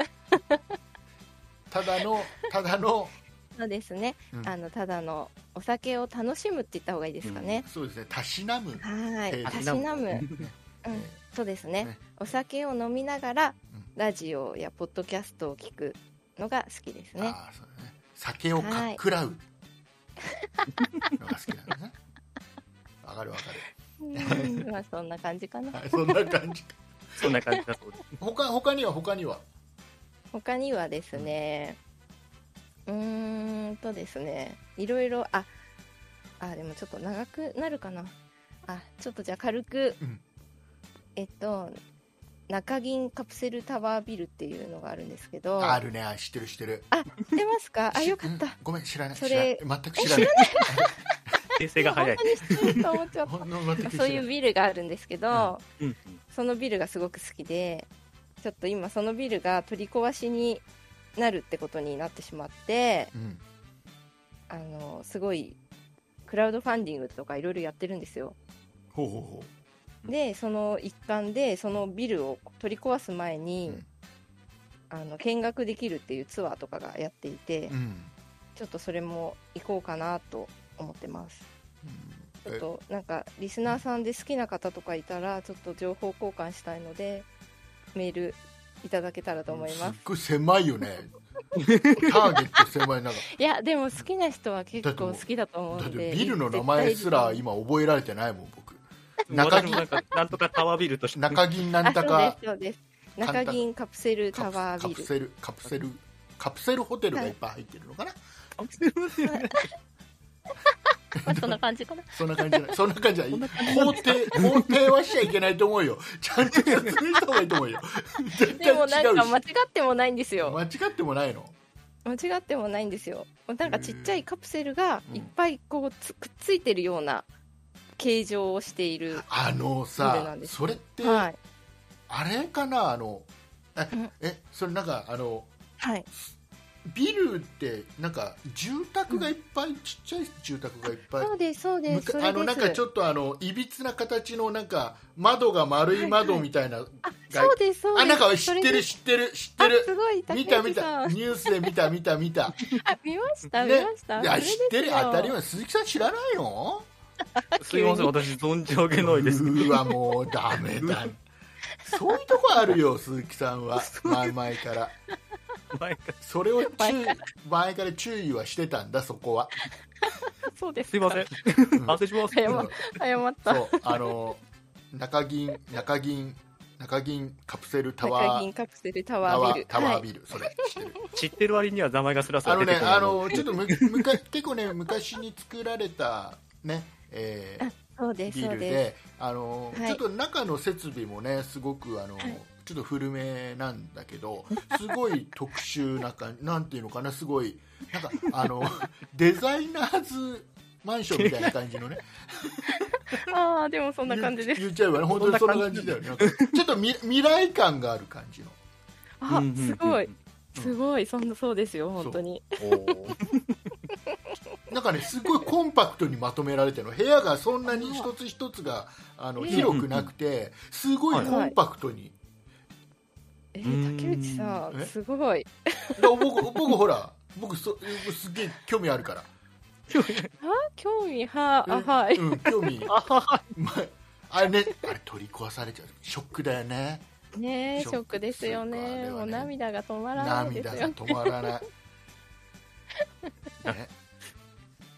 [SPEAKER 2] ただのただの、
[SPEAKER 1] そうですね、
[SPEAKER 2] うん
[SPEAKER 1] あのただのお酒を楽しむって言った方がいいですかね、
[SPEAKER 2] そうですねたしなむ、
[SPEAKER 1] はーい
[SPEAKER 2] えー
[SPEAKER 1] たし なむ、 うん
[SPEAKER 2] え
[SPEAKER 1] そうですね
[SPEAKER 2] ね
[SPEAKER 1] お酒を飲みながら
[SPEAKER 2] うん
[SPEAKER 1] ラジオやポッドキャストを聞くのが好きです
[SPEAKER 2] ー
[SPEAKER 1] ね
[SPEAKER 2] あーそうだね酒をかっくらうのが好きなのねわかるわか
[SPEAKER 1] うんまあそんな感じかな
[SPEAKER 2] る、はい、そんな感じ
[SPEAKER 3] そんな感じだそうです。
[SPEAKER 2] 他他には他には
[SPEAKER 1] 他にはですねうーんとですねいろいろああでもちょっと長くなるかなあちょっとじゃあ軽く、
[SPEAKER 2] うん
[SPEAKER 1] えっと中銀カプセルタワービルっていうのがあるんですけど
[SPEAKER 2] あるねあ知ってる知ってる
[SPEAKER 1] 知ってますかあよかっ
[SPEAKER 2] うん
[SPEAKER 1] た
[SPEAKER 2] ごめん知らない
[SPEAKER 1] それ
[SPEAKER 2] 知らない全く知らない
[SPEAKER 3] 訂正が早い
[SPEAKER 1] 本。当に知ってると思っ ちゃっ
[SPEAKER 2] ほ
[SPEAKER 1] た
[SPEAKER 2] んの全く知ら
[SPEAKER 1] そう
[SPEAKER 2] ないいう
[SPEAKER 1] ビルがあるんですけど、
[SPEAKER 3] うんうん。
[SPEAKER 1] そのビルがすごく好きでちょっと今そのビルが取り壊しになるってことになってしまって
[SPEAKER 2] うん
[SPEAKER 1] あのすごいクラウドファンディングとかいろいろやってるんですよ
[SPEAKER 2] ほうほうほ
[SPEAKER 1] でその一環でそのビルを取り壊す前に、
[SPEAKER 2] うん
[SPEAKER 1] あの見学できるっていうツアーとかがやっていて、
[SPEAKER 2] ううん
[SPEAKER 1] ちょっとそれも行こうかなと思ってますちょっ
[SPEAKER 2] え
[SPEAKER 1] となんかリスナーさんで好きな方とかいたらちょっと情報交換したいのでメールいただけたらと思います
[SPEAKER 2] っごい狭いよ ねターゲット狭いなんか
[SPEAKER 1] いやでも好きな人は結
[SPEAKER 2] だっ
[SPEAKER 1] 構
[SPEAKER 2] てもう
[SPEAKER 1] 好きだと思
[SPEAKER 2] だっ
[SPEAKER 1] うん
[SPEAKER 2] て
[SPEAKER 1] で
[SPEAKER 2] ビルの名前すら
[SPEAKER 1] 絶
[SPEAKER 2] 今覚えられてないもん僕中
[SPEAKER 3] 中
[SPEAKER 2] 銀
[SPEAKER 3] 銀なんか、なんとかタワービルとして。
[SPEAKER 2] 中銀な
[SPEAKER 1] 対
[SPEAKER 2] んたか
[SPEAKER 1] あそうですそうです
[SPEAKER 2] 簡単
[SPEAKER 1] 中銀カプセルタ
[SPEAKER 2] カ
[SPEAKER 1] ワ
[SPEAKER 2] プ
[SPEAKER 1] ー
[SPEAKER 2] カ
[SPEAKER 1] ビ
[SPEAKER 2] プ
[SPEAKER 1] ル
[SPEAKER 2] セルカプセルカプセルホテルがいっぱい入ってるのかな、
[SPEAKER 3] カプセルホテル
[SPEAKER 1] まあそんな感じかな
[SPEAKER 2] そんな感じじゃないそんな感じじゃない肯定肯定はしちゃいけないと思うよちゃんと説明した方がいいと思うよ絶対
[SPEAKER 1] で
[SPEAKER 2] 違
[SPEAKER 1] も
[SPEAKER 2] うし
[SPEAKER 1] なんか間違ってもないんですよ
[SPEAKER 2] 間違ってもないの
[SPEAKER 1] 間違ってもないんですよなんかちっちゃいカプセルがいっぱいこうつくっついてるような形状をしている、
[SPEAKER 2] あの
[SPEAKER 1] そう
[SPEAKER 2] さ
[SPEAKER 1] なんです
[SPEAKER 2] それって、
[SPEAKER 1] はい
[SPEAKER 2] あれかなあのえ,、
[SPEAKER 1] うん
[SPEAKER 2] えそれなんかあの
[SPEAKER 1] はい
[SPEAKER 2] ビルってなんか住宅がいっぱい、ちっちゃい住宅がいっぱい
[SPEAKER 1] そうですそうで
[SPEAKER 2] む
[SPEAKER 1] すそ
[SPEAKER 2] か
[SPEAKER 1] れです
[SPEAKER 2] あのなんかちょっとあのいびつな形のなんか窓が丸い窓みたいな、
[SPEAKER 1] あそうですそうで
[SPEAKER 2] あ
[SPEAKER 1] す
[SPEAKER 2] なんか知って
[SPEAKER 1] それ
[SPEAKER 2] る
[SPEAKER 1] で
[SPEAKER 2] 知ってる知ってる
[SPEAKER 1] あすごい
[SPEAKER 2] 見た
[SPEAKER 1] 竹
[SPEAKER 2] 見
[SPEAKER 1] 内さ
[SPEAKER 2] た
[SPEAKER 1] ん
[SPEAKER 2] ニュースで見た見た見た
[SPEAKER 1] あ見ました、見ました
[SPEAKER 2] いや
[SPEAKER 1] それ
[SPEAKER 2] 知
[SPEAKER 1] ですよ
[SPEAKER 2] ってる当たり前鈴木さん知らないの
[SPEAKER 3] すいません、私、存じ上げないです。
[SPEAKER 2] うわもうダメだそういうとこあるよ鈴木さんは前々から
[SPEAKER 3] 前から
[SPEAKER 2] それを注意前から注意はしてたんだそこは
[SPEAKER 1] そうです
[SPEAKER 3] すいません。反省します。
[SPEAKER 1] 謝っ謝った
[SPEAKER 2] そうあの中銀中銀中銀カプセルタ
[SPEAKER 1] 中
[SPEAKER 2] ワ
[SPEAKER 1] 銀
[SPEAKER 2] ー
[SPEAKER 1] カプセルタ
[SPEAKER 2] タ
[SPEAKER 1] ワ
[SPEAKER 2] ワ
[SPEAKER 1] ービ
[SPEAKER 2] ー
[SPEAKER 1] ル
[SPEAKER 2] タワー
[SPEAKER 1] ル
[SPEAKER 2] ビル、それ知 ってる
[SPEAKER 3] 知ってる割には名前がすらす
[SPEAKER 2] あ
[SPEAKER 3] ら
[SPEAKER 2] の
[SPEAKER 3] 出て
[SPEAKER 2] ね
[SPEAKER 3] こない。
[SPEAKER 2] あのちょっとむむか結構ね昔に作られたねえー
[SPEAKER 1] そうです
[SPEAKER 2] ビ
[SPEAKER 1] そう
[SPEAKER 2] ルで
[SPEAKER 1] で
[SPEAKER 2] あの、
[SPEAKER 1] はい
[SPEAKER 2] ちょっと中の設備もねすごくあの、ちょっと古めなんだけどすごい特殊な感じなんていうのかなすごいなんかあの デザイナーズマンションみたいな感じのね
[SPEAKER 1] すああでもそんな感じです
[SPEAKER 2] 言っちゃえばね本当にそんな感じだよねなんかちょっとみ未来感がある感じの
[SPEAKER 1] あ
[SPEAKER 3] うんうんうん
[SPEAKER 1] すごいすごいそんなそうですよ本当に
[SPEAKER 2] なんかねすごいコンパクトにまとめられてるの部屋がそんなに一つ一つがあの
[SPEAKER 1] うん
[SPEAKER 2] 広くなくてすごいコンパクトに、
[SPEAKER 1] え
[SPEAKER 3] うん
[SPEAKER 1] ー、竹内さん
[SPEAKER 2] え
[SPEAKER 1] すごい
[SPEAKER 2] だから僕僕ほら僕そすっげえ興味あるから
[SPEAKER 1] あ興味はあ
[SPEAKER 2] うん
[SPEAKER 1] はい
[SPEAKER 2] うん、興味
[SPEAKER 3] あはは
[SPEAKER 2] まあれねあれ取り壊されちゃうショックだよね
[SPEAKER 1] ねえ
[SPEAKER 2] ショッ
[SPEAKER 1] シ
[SPEAKER 2] ク
[SPEAKER 1] ョックですよ
[SPEAKER 2] ショックあれは
[SPEAKER 1] ね
[SPEAKER 2] ね
[SPEAKER 1] もう涙が止まらないで
[SPEAKER 2] 涙
[SPEAKER 1] す
[SPEAKER 2] が
[SPEAKER 1] よ
[SPEAKER 2] 止まらないね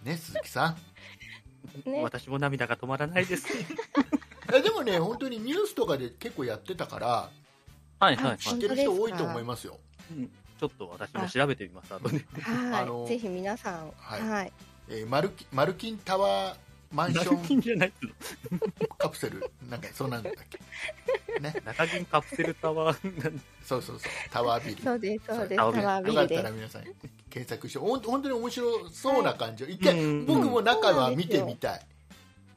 [SPEAKER 2] ね鈴木さん
[SPEAKER 1] ね
[SPEAKER 3] 私も涙が止まらないです。
[SPEAKER 2] えでもね本当にニュースとかで結構やってたから
[SPEAKER 3] はいはいはい。
[SPEAKER 2] 知ってる人多いと思いますよ
[SPEAKER 3] うんちょっと私も調べてみます、後で。
[SPEAKER 2] あの
[SPEAKER 1] はいぜひ皆さん
[SPEAKER 2] はい
[SPEAKER 1] はい
[SPEAKER 2] えーマルキマルキンタワーマンシ
[SPEAKER 3] 中
[SPEAKER 2] ョン
[SPEAKER 3] 銀じゃないけど
[SPEAKER 2] カプセルなんかそんなんだったっけね
[SPEAKER 3] 中銀カプセルタワーなん
[SPEAKER 2] そうそうそうタワービル
[SPEAKER 1] そうですそうですタ
[SPEAKER 3] タ
[SPEAKER 1] ワ
[SPEAKER 3] ワ
[SPEAKER 1] ービ
[SPEAKER 2] よか
[SPEAKER 1] ル
[SPEAKER 2] った
[SPEAKER 1] で
[SPEAKER 2] ら
[SPEAKER 1] す
[SPEAKER 2] 皆さん検索してほん本当に面白そうな感じを、一回、
[SPEAKER 3] うん
[SPEAKER 2] 僕も中は見てみたい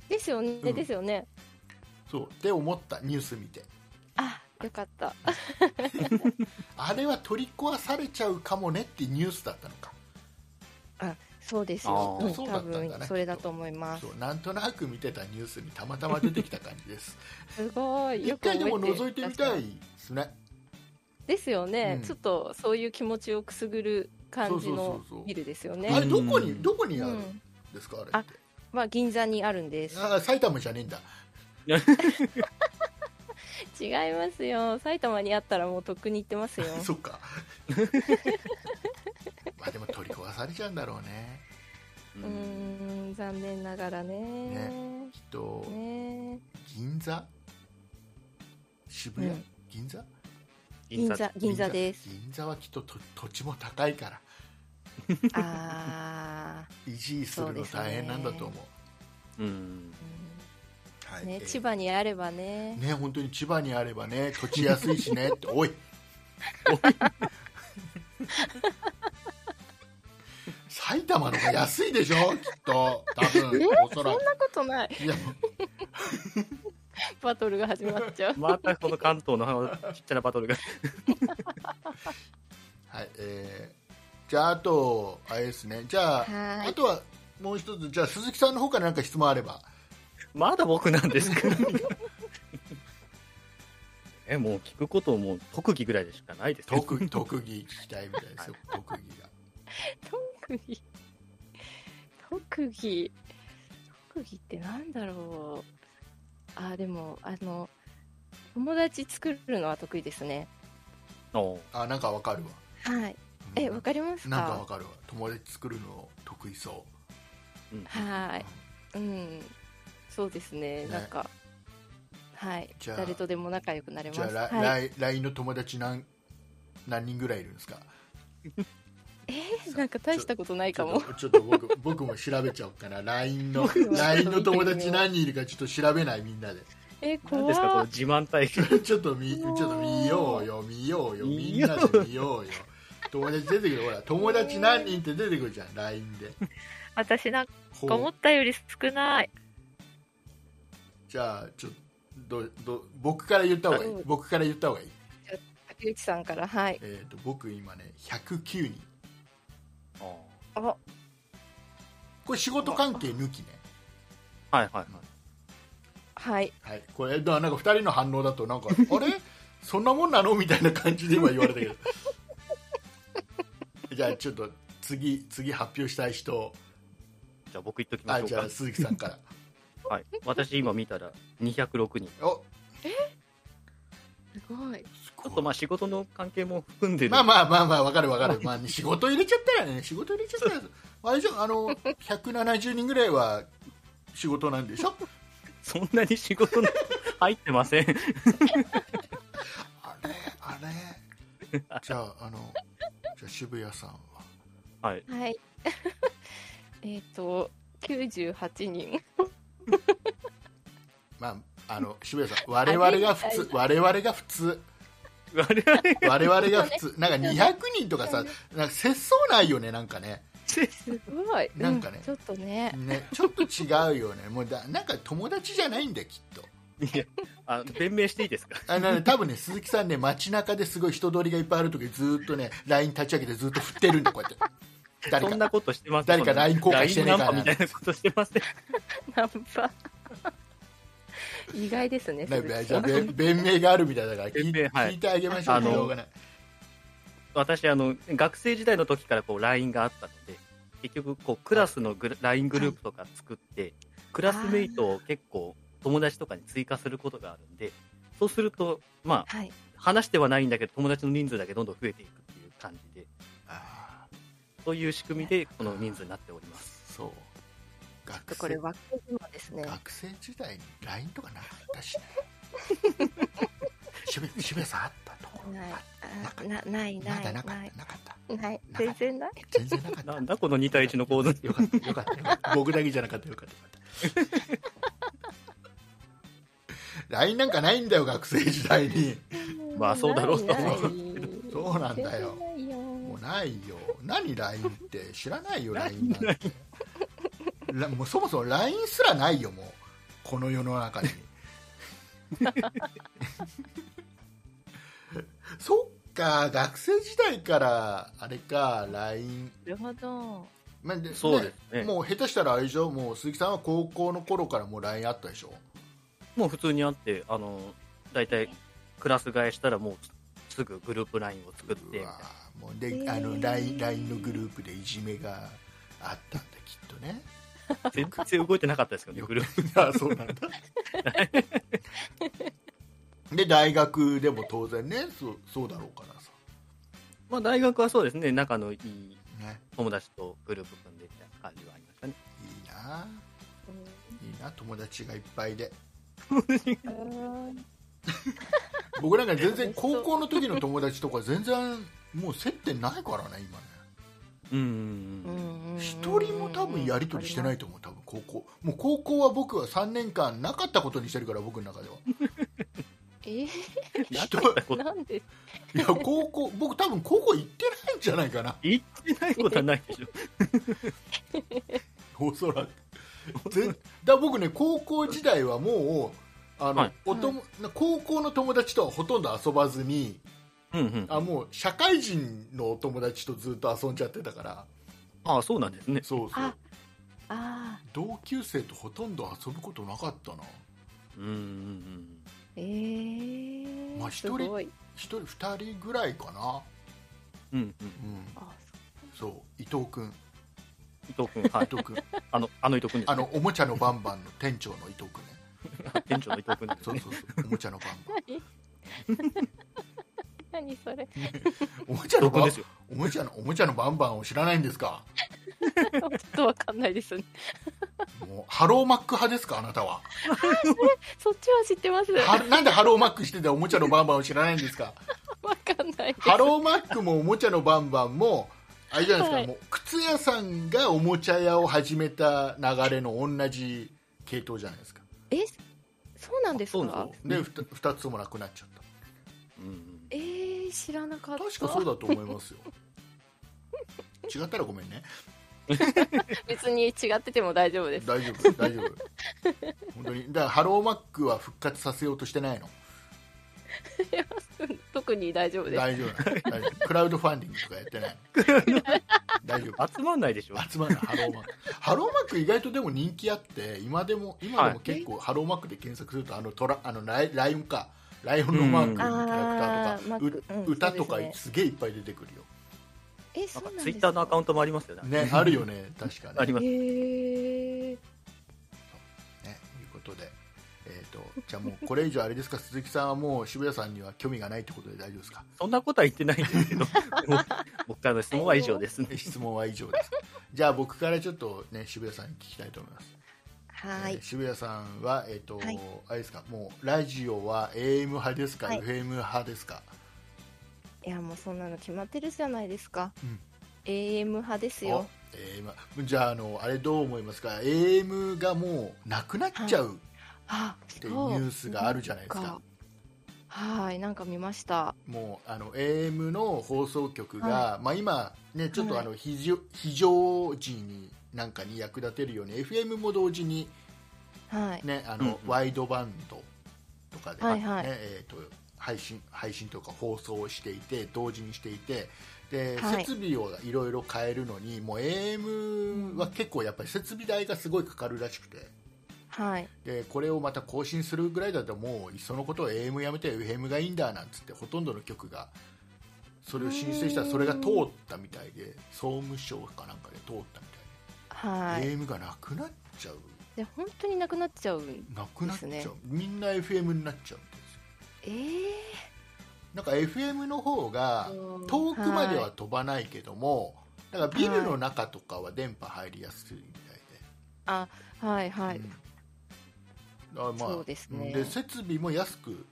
[SPEAKER 1] ですよね、
[SPEAKER 2] うん
[SPEAKER 1] ですよね
[SPEAKER 2] そうって思ったニュース見て
[SPEAKER 1] あよかった
[SPEAKER 2] あれは取り壊されちゃうかもねってニュースだったのか
[SPEAKER 1] あそうです
[SPEAKER 3] あ
[SPEAKER 1] よ、
[SPEAKER 3] ー
[SPEAKER 1] うん、
[SPEAKER 2] そうだ
[SPEAKER 1] 多
[SPEAKER 2] ったんだ
[SPEAKER 1] 分
[SPEAKER 2] ね
[SPEAKER 1] それだと思います
[SPEAKER 2] そうなんとなく見てたニュースにたまたま出てきた感じです
[SPEAKER 1] すごい
[SPEAKER 2] 一
[SPEAKER 1] よく覚
[SPEAKER 2] 回
[SPEAKER 1] え
[SPEAKER 2] でも覗いてみたい
[SPEAKER 1] 出し
[SPEAKER 2] ですね
[SPEAKER 1] ですよね、
[SPEAKER 2] うん
[SPEAKER 1] ちょっとそういう気持ちをくすぐる感じ
[SPEAKER 2] そうそ
[SPEAKER 1] の
[SPEAKER 2] うそうそう
[SPEAKER 1] ビルですよ
[SPEAKER 2] あ
[SPEAKER 1] ね
[SPEAKER 2] れどこ
[SPEAKER 3] う
[SPEAKER 2] に
[SPEAKER 3] ん
[SPEAKER 2] どこに
[SPEAKER 1] う
[SPEAKER 2] あるん
[SPEAKER 1] ん
[SPEAKER 2] ですか、あ
[SPEAKER 1] あ
[SPEAKER 2] れって
[SPEAKER 1] まあ銀座にあるんです
[SPEAKER 2] あ埼玉じゃねえんだ
[SPEAKER 1] 違いますよ埼玉にあったらもうとっくに行ってますよ
[SPEAKER 2] そっかまあでも取り壊されちゃうんだろうね
[SPEAKER 1] うーん残念ながらね
[SPEAKER 2] きっと
[SPEAKER 1] ね
[SPEAKER 2] 銀座渋谷、
[SPEAKER 1] うん
[SPEAKER 2] 銀座
[SPEAKER 1] 銀座銀 座です
[SPEAKER 2] 銀座はきっとと土地も高いから
[SPEAKER 1] ああ、
[SPEAKER 2] 維持するの大変なんだと思う
[SPEAKER 3] うん
[SPEAKER 2] は
[SPEAKER 1] う
[SPEAKER 2] い
[SPEAKER 1] んね
[SPEAKER 2] えー
[SPEAKER 1] 千葉にあればね
[SPEAKER 2] ね本当に千葉にあればね土地安いしねっておいおい埼玉の方が安いでしょきっと多分おそら
[SPEAKER 1] そん
[SPEAKER 2] く
[SPEAKER 1] なことない
[SPEAKER 2] いや
[SPEAKER 1] バトルが始まっちゃう
[SPEAKER 3] またこの関東のちっちゃなバトルが
[SPEAKER 2] はいえー、じゃああとあれですねじゃあ、
[SPEAKER 1] はい
[SPEAKER 2] あとはもう一つじゃあ鈴木さんの方から何か質問あれば
[SPEAKER 3] まだ僕なんですか えもう聞くこともう特技ぐらいでしかないですよ
[SPEAKER 2] 特特技聞きたいみたいですよ特技が
[SPEAKER 1] 特技特技特技ってなんだろうあーでもあの友達作るのは得意ですね
[SPEAKER 3] お
[SPEAKER 2] あなんかわかるわ
[SPEAKER 1] はいえわかります
[SPEAKER 2] なんかわ
[SPEAKER 1] か
[SPEAKER 2] かるわ友達作るの得意そ
[SPEAKER 3] うん
[SPEAKER 1] は
[SPEAKER 2] う、
[SPEAKER 1] いうんそうですね
[SPEAKER 2] ね
[SPEAKER 1] なんかはい
[SPEAKER 2] じゃあ
[SPEAKER 1] 誰とでも仲良くなれ
[SPEAKER 2] じゃ
[SPEAKER 1] ま
[SPEAKER 2] あ
[SPEAKER 1] す
[SPEAKER 2] ラ、
[SPEAKER 1] はい
[SPEAKER 2] ライ LINE の友達何何人ぐらいいるんですか
[SPEAKER 1] なんか大したことない
[SPEAKER 2] ち
[SPEAKER 1] か
[SPEAKER 2] ょ
[SPEAKER 1] も
[SPEAKER 2] っ。とちょっと僕 僕も調べちゃおうかな LINE の
[SPEAKER 1] 僕も
[SPEAKER 2] LINE の友達何人いるかちょっと調べないみんなで
[SPEAKER 1] え、
[SPEAKER 3] 何ですかこの
[SPEAKER 1] 怖っ
[SPEAKER 3] 自慢大会
[SPEAKER 2] ちょっとみちょっと見ようよ見ようよみん
[SPEAKER 3] 見
[SPEAKER 2] な
[SPEAKER 3] よう
[SPEAKER 2] で見ようよ友達出てくるほら友達何人って出てくるじゃん LINE で
[SPEAKER 1] 私なんか
[SPEAKER 2] ほう
[SPEAKER 1] たより少ない。
[SPEAKER 2] じゃあちょっとどど僕から言った方がいい
[SPEAKER 1] うん
[SPEAKER 2] 僕から言った方がいい
[SPEAKER 1] 竹内さんから、はい。
[SPEAKER 2] えー、と僕今ね109人
[SPEAKER 3] あー
[SPEAKER 1] あ、は
[SPEAKER 2] これ仕事関係抜きね
[SPEAKER 3] はいはいはい
[SPEAKER 1] い。
[SPEAKER 2] はいこれだからなんか2人の反応だとなん かあれそんなもんなのみたいな感じで今言われたけど じゃあちょっと次次発表したい人
[SPEAKER 3] じゃあ僕言っときまし
[SPEAKER 2] あ
[SPEAKER 3] ょう
[SPEAKER 2] じゃあ
[SPEAKER 3] か
[SPEAKER 2] 鈴木さん から
[SPEAKER 3] はい私今見たら206人
[SPEAKER 2] お
[SPEAKER 1] すごい。
[SPEAKER 2] す
[SPEAKER 3] ち
[SPEAKER 2] ご
[SPEAKER 3] ょっ
[SPEAKER 2] い
[SPEAKER 3] とまあ仕事の関係も含んでる
[SPEAKER 2] まあまあまあまあわかるわかる、まあ、仕事入れちゃったらね仕事入れちゃったらあれじゃあの170人ぐらいは仕事なんでしょ
[SPEAKER 3] そんなに仕事の 入ってません
[SPEAKER 2] あれあれじゃああのじゃあ渋谷さんは
[SPEAKER 3] はい
[SPEAKER 1] はい。 えっと、98人。
[SPEAKER 2] まああの渋谷さん我々が普通我々が普通
[SPEAKER 3] 我々
[SPEAKER 2] 我々が普通なんか200人とかさなんか節操ないよねなんかね
[SPEAKER 1] すごい。
[SPEAKER 2] なんかね
[SPEAKER 1] うちょっとね。
[SPEAKER 2] ねちょっと違うよねもうだなんか友達じゃないんだよきっと
[SPEAKER 3] いやあ弁明していいですか
[SPEAKER 2] あの多分ね鈴木さんね街中ですごい人通りがいっぱいある時ずーっとね LINE 立ち上げてずっと振ってるんだこうやって誰
[SPEAKER 3] そ
[SPEAKER 2] か
[SPEAKER 3] んなことしてます
[SPEAKER 2] 誰か LINE 交換してねえかな
[SPEAKER 3] LINE ナンパみたいなことしてません
[SPEAKER 1] ナンパ。意外ですね。
[SPEAKER 2] なん
[SPEAKER 1] 鈴
[SPEAKER 2] か
[SPEAKER 1] 木
[SPEAKER 2] じゃあ
[SPEAKER 1] さん
[SPEAKER 2] 弁弁明があるみたいだから聞い
[SPEAKER 3] 弁明はい
[SPEAKER 2] 聞いてあげましょう
[SPEAKER 3] あの
[SPEAKER 2] しょうがない
[SPEAKER 3] 私あの学生時代の時からこう LINE があったので結局こうクラスのグル LINE グループとか作ってクラスメイトを結構友達とかに追加することがあるんでそうするとまあ
[SPEAKER 1] はい。
[SPEAKER 3] 話してはないんだけど友達の人数だけどんどん増えていくっていう感じで
[SPEAKER 2] あ
[SPEAKER 3] そういう仕組みでこの人数になっております
[SPEAKER 2] ーそう学
[SPEAKER 1] これ、
[SPEAKER 2] 生
[SPEAKER 1] ワックスですね。
[SPEAKER 2] 学生時 代に LINE とかなかったしね渋谷渋谷さんあったところ
[SPEAKER 1] ない
[SPEAKER 2] あ
[SPEAKER 1] あなない
[SPEAKER 2] ま
[SPEAKER 1] ない
[SPEAKER 2] だなかっ
[SPEAKER 1] ない
[SPEAKER 2] たなかった
[SPEAKER 1] な
[SPEAKER 2] な
[SPEAKER 1] い
[SPEAKER 2] かった
[SPEAKER 1] 全然ない
[SPEAKER 2] 全然なかった
[SPEAKER 3] なんだこの2対1の構図
[SPEAKER 2] よかったよかったよかった僕だけじゃなかったよかったよかった LINE なんかないんだよ学生時代に
[SPEAKER 3] まあそうだろうと
[SPEAKER 1] ないない
[SPEAKER 2] そうなんだよ
[SPEAKER 1] 全然ないよ
[SPEAKER 2] もうないよ何 LINE って知ら ないよ LINE なんてらもうそもそも LINE すらないよもうこの世の中 にそっか学生時代からあれか LINE、
[SPEAKER 1] なるほど
[SPEAKER 2] まあで
[SPEAKER 3] そうですねも
[SPEAKER 2] もう下手したらあれでしょもう鈴木さんは高校の頃からもう LINE あったでしょ
[SPEAKER 3] う普通にあってあの大体クラス替えしたらもうすぐグループ LINE を作ってみたいうな
[SPEAKER 2] わもうで、
[SPEAKER 1] えー
[SPEAKER 2] あの LINE, LINE のグループでいじめがあったんだきっと ね
[SPEAKER 3] 全然動いてなかったですけどね
[SPEAKER 2] よ
[SPEAKER 3] グループ
[SPEAKER 2] あそうなんだ で大学でも当然ねそうそうだろうからさ、
[SPEAKER 3] まあ大学はそうですね仲のいい
[SPEAKER 2] ね、
[SPEAKER 3] 友達とグループ組んでみたいな感じはありましたね
[SPEAKER 2] いいな
[SPEAKER 1] うん
[SPEAKER 2] いいな友達がいっぱいで
[SPEAKER 1] うん
[SPEAKER 2] 僕なんか全然高校の時の友達とか全然もう接点ないからね今ね
[SPEAKER 3] うん
[SPEAKER 1] う
[SPEAKER 3] うんんうん
[SPEAKER 1] うんうん
[SPEAKER 2] 一人も多分やり取りしてないと思う多分高校もう高校は僕は3年間なかったことにしてるから僕の中 では
[SPEAKER 1] え
[SPEAKER 3] なかったこと
[SPEAKER 1] なんで
[SPEAKER 2] いや高校僕多分高校行ってないんじゃないかな
[SPEAKER 3] 言ってないことはないでしょ
[SPEAKER 2] おそらくぜだから僕ね高校時代はもうあの、
[SPEAKER 3] はい
[SPEAKER 2] おとも高校の友達とはほとんど遊ばずに
[SPEAKER 3] うんうん
[SPEAKER 2] あもう社会人のお友達とずっと遊んじゃってたから
[SPEAKER 3] ああそうなんですね
[SPEAKER 2] そうそう
[SPEAKER 1] あああ
[SPEAKER 2] 同級生とほとんど遊ぶことなかったな
[SPEAKER 3] うんうんうん
[SPEAKER 1] えー、
[SPEAKER 2] まあ
[SPEAKER 1] す
[SPEAKER 2] 一人
[SPEAKER 1] ごい
[SPEAKER 2] 1人2人ぐらいかな、
[SPEAKER 3] うんう
[SPEAKER 2] う
[SPEAKER 3] ん
[SPEAKER 2] ん、
[SPEAKER 1] あそ
[SPEAKER 2] そう伊藤君
[SPEAKER 3] 伊藤君はい
[SPEAKER 2] 伊藤君
[SPEAKER 3] あのあの伊藤君です
[SPEAKER 2] あのおもちゃのバンバンの店長の伊藤君ね
[SPEAKER 3] 店長の伊藤君です
[SPEAKER 2] そう
[SPEAKER 3] ね
[SPEAKER 2] そうそうおもちゃのバン バン
[SPEAKER 1] 何それ
[SPEAKER 2] おもちゃ
[SPEAKER 3] 伊
[SPEAKER 2] の
[SPEAKER 3] 藤君
[SPEAKER 2] バ
[SPEAKER 3] で
[SPEAKER 2] ン
[SPEAKER 3] すよ
[SPEAKER 2] おもちゃのおもちゃのバンバンを知らないんですか
[SPEAKER 1] ちょっとわかんないですね
[SPEAKER 2] もうハローマック派ですかあなたは
[SPEAKER 1] そっちは知ってます
[SPEAKER 2] はなんでハローマックしてておもちゃのバンバンを知らないんですか
[SPEAKER 1] わかんないです
[SPEAKER 2] ハローマックもおもちゃのバンバンもあれじゃないですか、
[SPEAKER 1] はい
[SPEAKER 2] もう靴屋さんがおもちゃ屋を始めた流れの同じ系統じゃないですか
[SPEAKER 1] えそうなんです
[SPEAKER 3] そう
[SPEAKER 1] か
[SPEAKER 3] なんです
[SPEAKER 2] で 2, 二つともなくなっちゃった
[SPEAKER 3] うんうん
[SPEAKER 1] えー、知らなかった
[SPEAKER 2] 確かそうだと思います よ違ったらごめんね
[SPEAKER 1] 別に違ってても大丈夫です
[SPEAKER 2] 大丈夫大丈夫本当にだからハローマックは復活させようとしてないの
[SPEAKER 1] いや特に大丈夫です
[SPEAKER 2] 大丈夫なの大丈夫クラウドファンディングとかやってないの大丈夫
[SPEAKER 3] 集まんないでしょ
[SPEAKER 2] 集まるハローマークハローマーク意外とでも人気あって今でも今で
[SPEAKER 3] は
[SPEAKER 2] も
[SPEAKER 3] い
[SPEAKER 2] 結構ハローマークで検索するとあのトラあのライライオンかライオンのマークのキャラクター
[SPEAKER 1] うんあーマー
[SPEAKER 2] と
[SPEAKER 1] ク
[SPEAKER 2] か、う
[SPEAKER 1] うん
[SPEAKER 2] 歌とか
[SPEAKER 1] そうですね
[SPEAKER 2] すげえいっぱい出てくるよ、
[SPEAKER 1] え
[SPEAKER 3] な
[SPEAKER 1] そ
[SPEAKER 3] ん
[SPEAKER 1] う
[SPEAKER 3] か
[SPEAKER 1] なんです
[SPEAKER 3] ツイッターのアカウントもありますよね
[SPEAKER 2] ね、あるよね確か
[SPEAKER 3] あり
[SPEAKER 2] ね
[SPEAKER 3] ま
[SPEAKER 1] へ
[SPEAKER 3] す
[SPEAKER 1] え
[SPEAKER 2] ねということで、えー、とじゃあもうこれ以上あれですか鈴木さんはもう渋谷さんには興味がないってことで大丈夫ですか
[SPEAKER 3] そんなことは言ってないんですけ どもう僕からの質問は以上ですね
[SPEAKER 2] え 質問は以上ですじゃあ僕からちょっとね渋谷さんに聞きたいと思います
[SPEAKER 1] は
[SPEAKER 2] え
[SPEAKER 1] い
[SPEAKER 2] ー渋谷さんは、えーと
[SPEAKER 1] はい
[SPEAKER 2] あれですかもうラジオは AM 派ですか、
[SPEAKER 1] はい
[SPEAKER 2] FM 派ですか
[SPEAKER 1] いやもうそんなの決まってるじゃないですか、
[SPEAKER 2] うん
[SPEAKER 1] AM 派ですよ
[SPEAKER 2] お AM じゃああのあれどう思いますか AM がもうなくなっちゃう
[SPEAKER 1] あ
[SPEAKER 2] っていうニュースがあるじゃないですか,、
[SPEAKER 1] なんはいなんか見ました
[SPEAKER 2] もうあの AM の放送局が、
[SPEAKER 1] は
[SPEAKER 2] まあ、今、ね、ちょっとあの非常非常時になんかに役立てるように FM も同時に、
[SPEAKER 1] はい
[SPEAKER 2] ね、あの
[SPEAKER 3] うんうん
[SPEAKER 2] ワイドバンドとかで、ね
[SPEAKER 1] はいはい
[SPEAKER 2] えーと配信配信とか放送をしていて同時にしていてで、
[SPEAKER 1] はい
[SPEAKER 2] 設備をいろいろ変えるのにもう AM は結構やっぱり設備代がすごいかかるらしくて。
[SPEAKER 1] はい
[SPEAKER 2] でこれをまた更新するぐらいだともういっそのことを AM やめて FM がいいんだなんつってほとんどの局がそれを申請したらそれが通ったみたいで総務省かなんかで通ったみた
[SPEAKER 1] はい
[SPEAKER 2] で、
[SPEAKER 1] い
[SPEAKER 2] AM がなくなっちゃう
[SPEAKER 1] で本当になくなっちゃう
[SPEAKER 2] なくなっちゃう、
[SPEAKER 1] ですね
[SPEAKER 2] みんな FM になっちゃうんですよ
[SPEAKER 1] ええ
[SPEAKER 2] なんか FM の方が
[SPEAKER 1] うん
[SPEAKER 2] 遠くまでは飛ばないけども、だからビルの中とかは電波入りやすいみたいで、
[SPEAKER 1] はいはい、
[SPEAKER 2] うんあまあ
[SPEAKER 1] そうですね
[SPEAKER 2] で設備も安く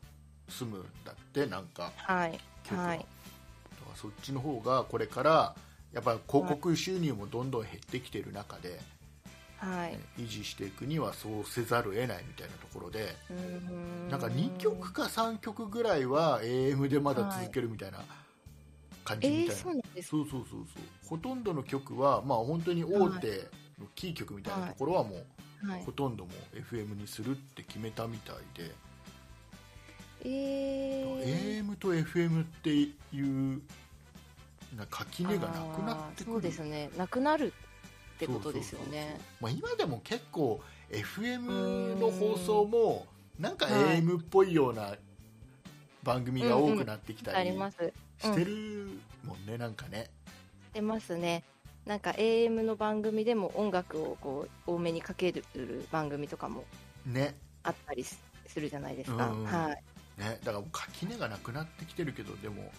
[SPEAKER 2] 済むんだってなんか
[SPEAKER 1] はい
[SPEAKER 2] 曲は
[SPEAKER 1] はい
[SPEAKER 2] だからそっちの方がこれからやっぱり広告収入もどんどん減ってきてる中で、
[SPEAKER 1] はい
[SPEAKER 2] 維持していくにはそうせざるを得ないみたいなところで
[SPEAKER 1] うー
[SPEAKER 2] なんか2曲か3曲ぐらいは AM でまだ
[SPEAKER 1] はい
[SPEAKER 2] 続けるみたいな感
[SPEAKER 1] え
[SPEAKER 2] じみたいな、
[SPEAKER 1] ー、そうなんですか
[SPEAKER 2] そうそうそうそうほとんどの曲は、まあ、本当に大手のキー曲みたいなところはもう、
[SPEAKER 1] はい
[SPEAKER 2] ほとんどもう FM にするって決めたみたいで、
[SPEAKER 1] えー、
[SPEAKER 2] AM と FM っていうな垣根がなくなって
[SPEAKER 1] あー
[SPEAKER 2] く
[SPEAKER 1] そう
[SPEAKER 2] る
[SPEAKER 1] ですねなくなるってことですよね
[SPEAKER 2] そうそうそうそうまあ、今でも結構 FM の放送もなんか AM っぽいような番組が多くなってきた
[SPEAKER 1] あ
[SPEAKER 2] り
[SPEAKER 1] ります
[SPEAKER 2] してるもんねなんかね
[SPEAKER 1] 出ますねなんか AM の番組でも音楽をこう多めにかける番組とかも
[SPEAKER 2] ね
[SPEAKER 1] あったりすするじゃないですか、
[SPEAKER 2] うん
[SPEAKER 1] はい
[SPEAKER 2] ねだからもう垣根がなくなってきてるけどでも、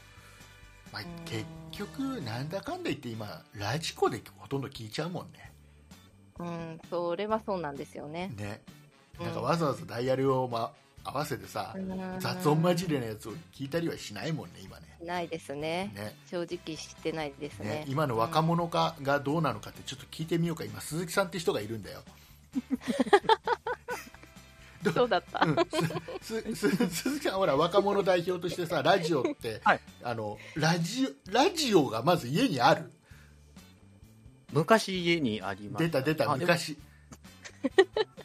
[SPEAKER 2] まあ
[SPEAKER 1] うん、
[SPEAKER 2] 結局なんだかんだ言って今ラジコでほとんど聞いちゃうもんね
[SPEAKER 1] うんそれはそうなんですよね
[SPEAKER 2] ね
[SPEAKER 1] うん
[SPEAKER 2] なんかわざわざダイヤルを、ま、合わせてさ雑音混じりのやつを聞いたりはしないもんね今ね
[SPEAKER 1] ないですね
[SPEAKER 2] ね
[SPEAKER 1] 正直知ってないです
[SPEAKER 2] ね
[SPEAKER 1] ね、
[SPEAKER 2] 今の若者かがどうなのかってちょっと聞いてみようか今鈴木さんって人がいるんだよ、
[SPEAKER 1] そうだった、
[SPEAKER 2] うんすす す鈴木さんはほら若者代表としてさラジオって、
[SPEAKER 3] はい
[SPEAKER 2] あのラジオラジオがまず家にある
[SPEAKER 3] 昔家にありま
[SPEAKER 2] 出
[SPEAKER 3] した
[SPEAKER 2] 出た
[SPEAKER 3] あでも
[SPEAKER 2] 昔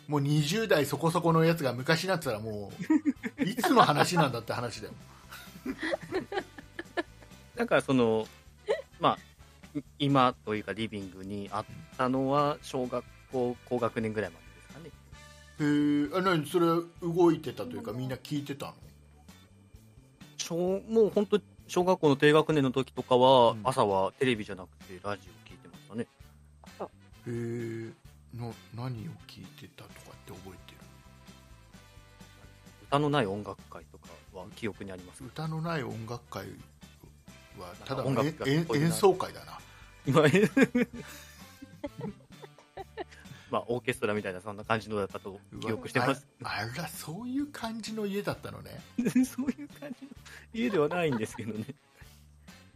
[SPEAKER 2] もう20代そこそこのやつが昔なってたらもういつの話なんだって話だよ
[SPEAKER 3] だからその、まあ、い今というかリビングにあったのは小学校高学年ぐらいまでですかね。
[SPEAKER 2] へえあ何それ動いてたというかみんな聞いてたの
[SPEAKER 3] 小もう本当小学校の低学年の時とかは、
[SPEAKER 2] うん
[SPEAKER 3] 朝はテレビじゃなくてラジオ聞いてましたね。
[SPEAKER 2] へえの何を聞いてたとかって覚えてる
[SPEAKER 3] 歌のない音楽会とかは記憶にあります。
[SPEAKER 2] 歌のない音楽会はただ
[SPEAKER 3] 音
[SPEAKER 2] の
[SPEAKER 3] 楽
[SPEAKER 2] え
[SPEAKER 3] が
[SPEAKER 2] え
[SPEAKER 3] 聞こえない
[SPEAKER 2] 演奏会だな
[SPEAKER 3] 今 まあオーケストラみたいなそんな感じのだったと記憶してます。
[SPEAKER 2] うわああらそういう感じの家だったのね
[SPEAKER 3] そういう感じの家ではないんですけどね。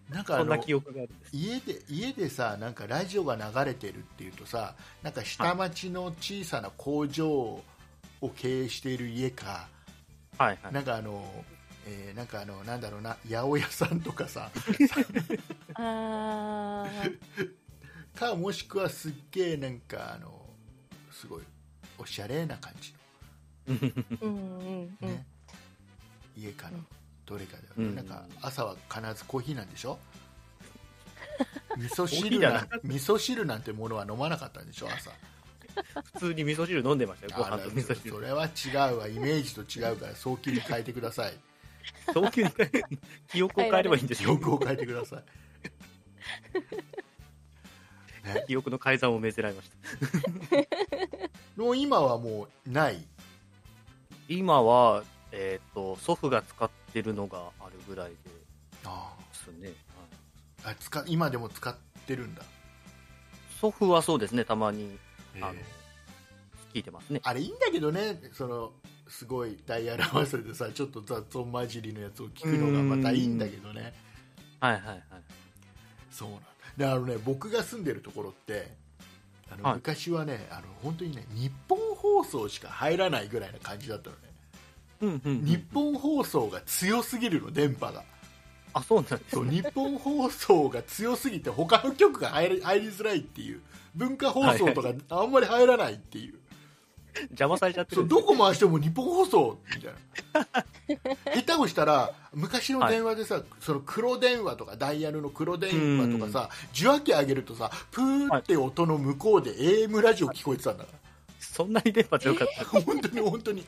[SPEAKER 2] なんかあ
[SPEAKER 3] そん
[SPEAKER 2] の
[SPEAKER 3] な記憶があるんです。
[SPEAKER 2] 家で家でさなんかラジオが流れてるっていうとさなんか下町の小さな工場を経営している家か、
[SPEAKER 3] はいはい。
[SPEAKER 2] なんかあの、えーなんかあのなんだろうな八百屋さんとかさ
[SPEAKER 1] あー
[SPEAKER 2] かもしくはすっげえなんかあのすごいおしゃれな感じ
[SPEAKER 1] うんうんう
[SPEAKER 2] の、
[SPEAKER 1] ん、
[SPEAKER 2] ね家かの
[SPEAKER 1] うん
[SPEAKER 2] どれかだよね、
[SPEAKER 3] うん
[SPEAKER 2] なんか朝は必ずコーヒーなんでし ょ味噌
[SPEAKER 3] コーヒ
[SPEAKER 2] 汁
[SPEAKER 3] ーじゃ
[SPEAKER 2] な
[SPEAKER 3] なん
[SPEAKER 2] 味噌汁なんてものは飲まなかったんでしょ朝
[SPEAKER 3] 普通に味噌汁飲んでましたよ。ご
[SPEAKER 2] あ
[SPEAKER 3] 飯と味噌汁
[SPEAKER 2] そ。れは違うわイメージと違うから早急に変えてくだ さい
[SPEAKER 3] 東急に変え記憶を変えればいいんです
[SPEAKER 2] 記
[SPEAKER 3] よ。
[SPEAKER 2] 憶を変えてください、ね、
[SPEAKER 3] 記憶の改ざんを命ぜられました。
[SPEAKER 2] もう今はもうない
[SPEAKER 3] 今は、えっ、と、祖父が使ってるのがあるぐらいで
[SPEAKER 2] あ
[SPEAKER 3] すね。はい
[SPEAKER 2] ああ使今でも使ってるんだ
[SPEAKER 3] 祖父はそうですね、たまに、
[SPEAKER 2] へえ
[SPEAKER 3] あの、聞いてますね。
[SPEAKER 2] あれいいんだけどねそのすごいダイヤル合わせでさちょっと雑音混じりのやつを聞くのがまたいいんだけどね
[SPEAKER 3] はいはいはい。
[SPEAKER 2] そうなんだであのね僕が住んでるところってあの、
[SPEAKER 3] はい
[SPEAKER 2] 昔はねあの本当にね日本放送しか入らないぐらいな感じだったのね
[SPEAKER 3] うんうんうん
[SPEAKER 2] 日本放送が強すぎるの電波が
[SPEAKER 3] あ、そうなんです
[SPEAKER 2] そう
[SPEAKER 3] ね。
[SPEAKER 2] 日本放送が強すぎて他の局が入り入りづらいっていう文化放送とかあんまり入らないっていう
[SPEAKER 3] 邪魔されちゃって
[SPEAKER 2] そう
[SPEAKER 3] る
[SPEAKER 2] ん
[SPEAKER 3] です
[SPEAKER 2] どこ回しても日本放送みたい な下手をしたら昔の電話でさ、その黒電話とかダイヤルの黒電話とかさ受話器上げるとさプーって音の向こうで AM ラジオ聞こえてたんだか
[SPEAKER 3] そんなに電波強かった。
[SPEAKER 2] ら 本当に本当に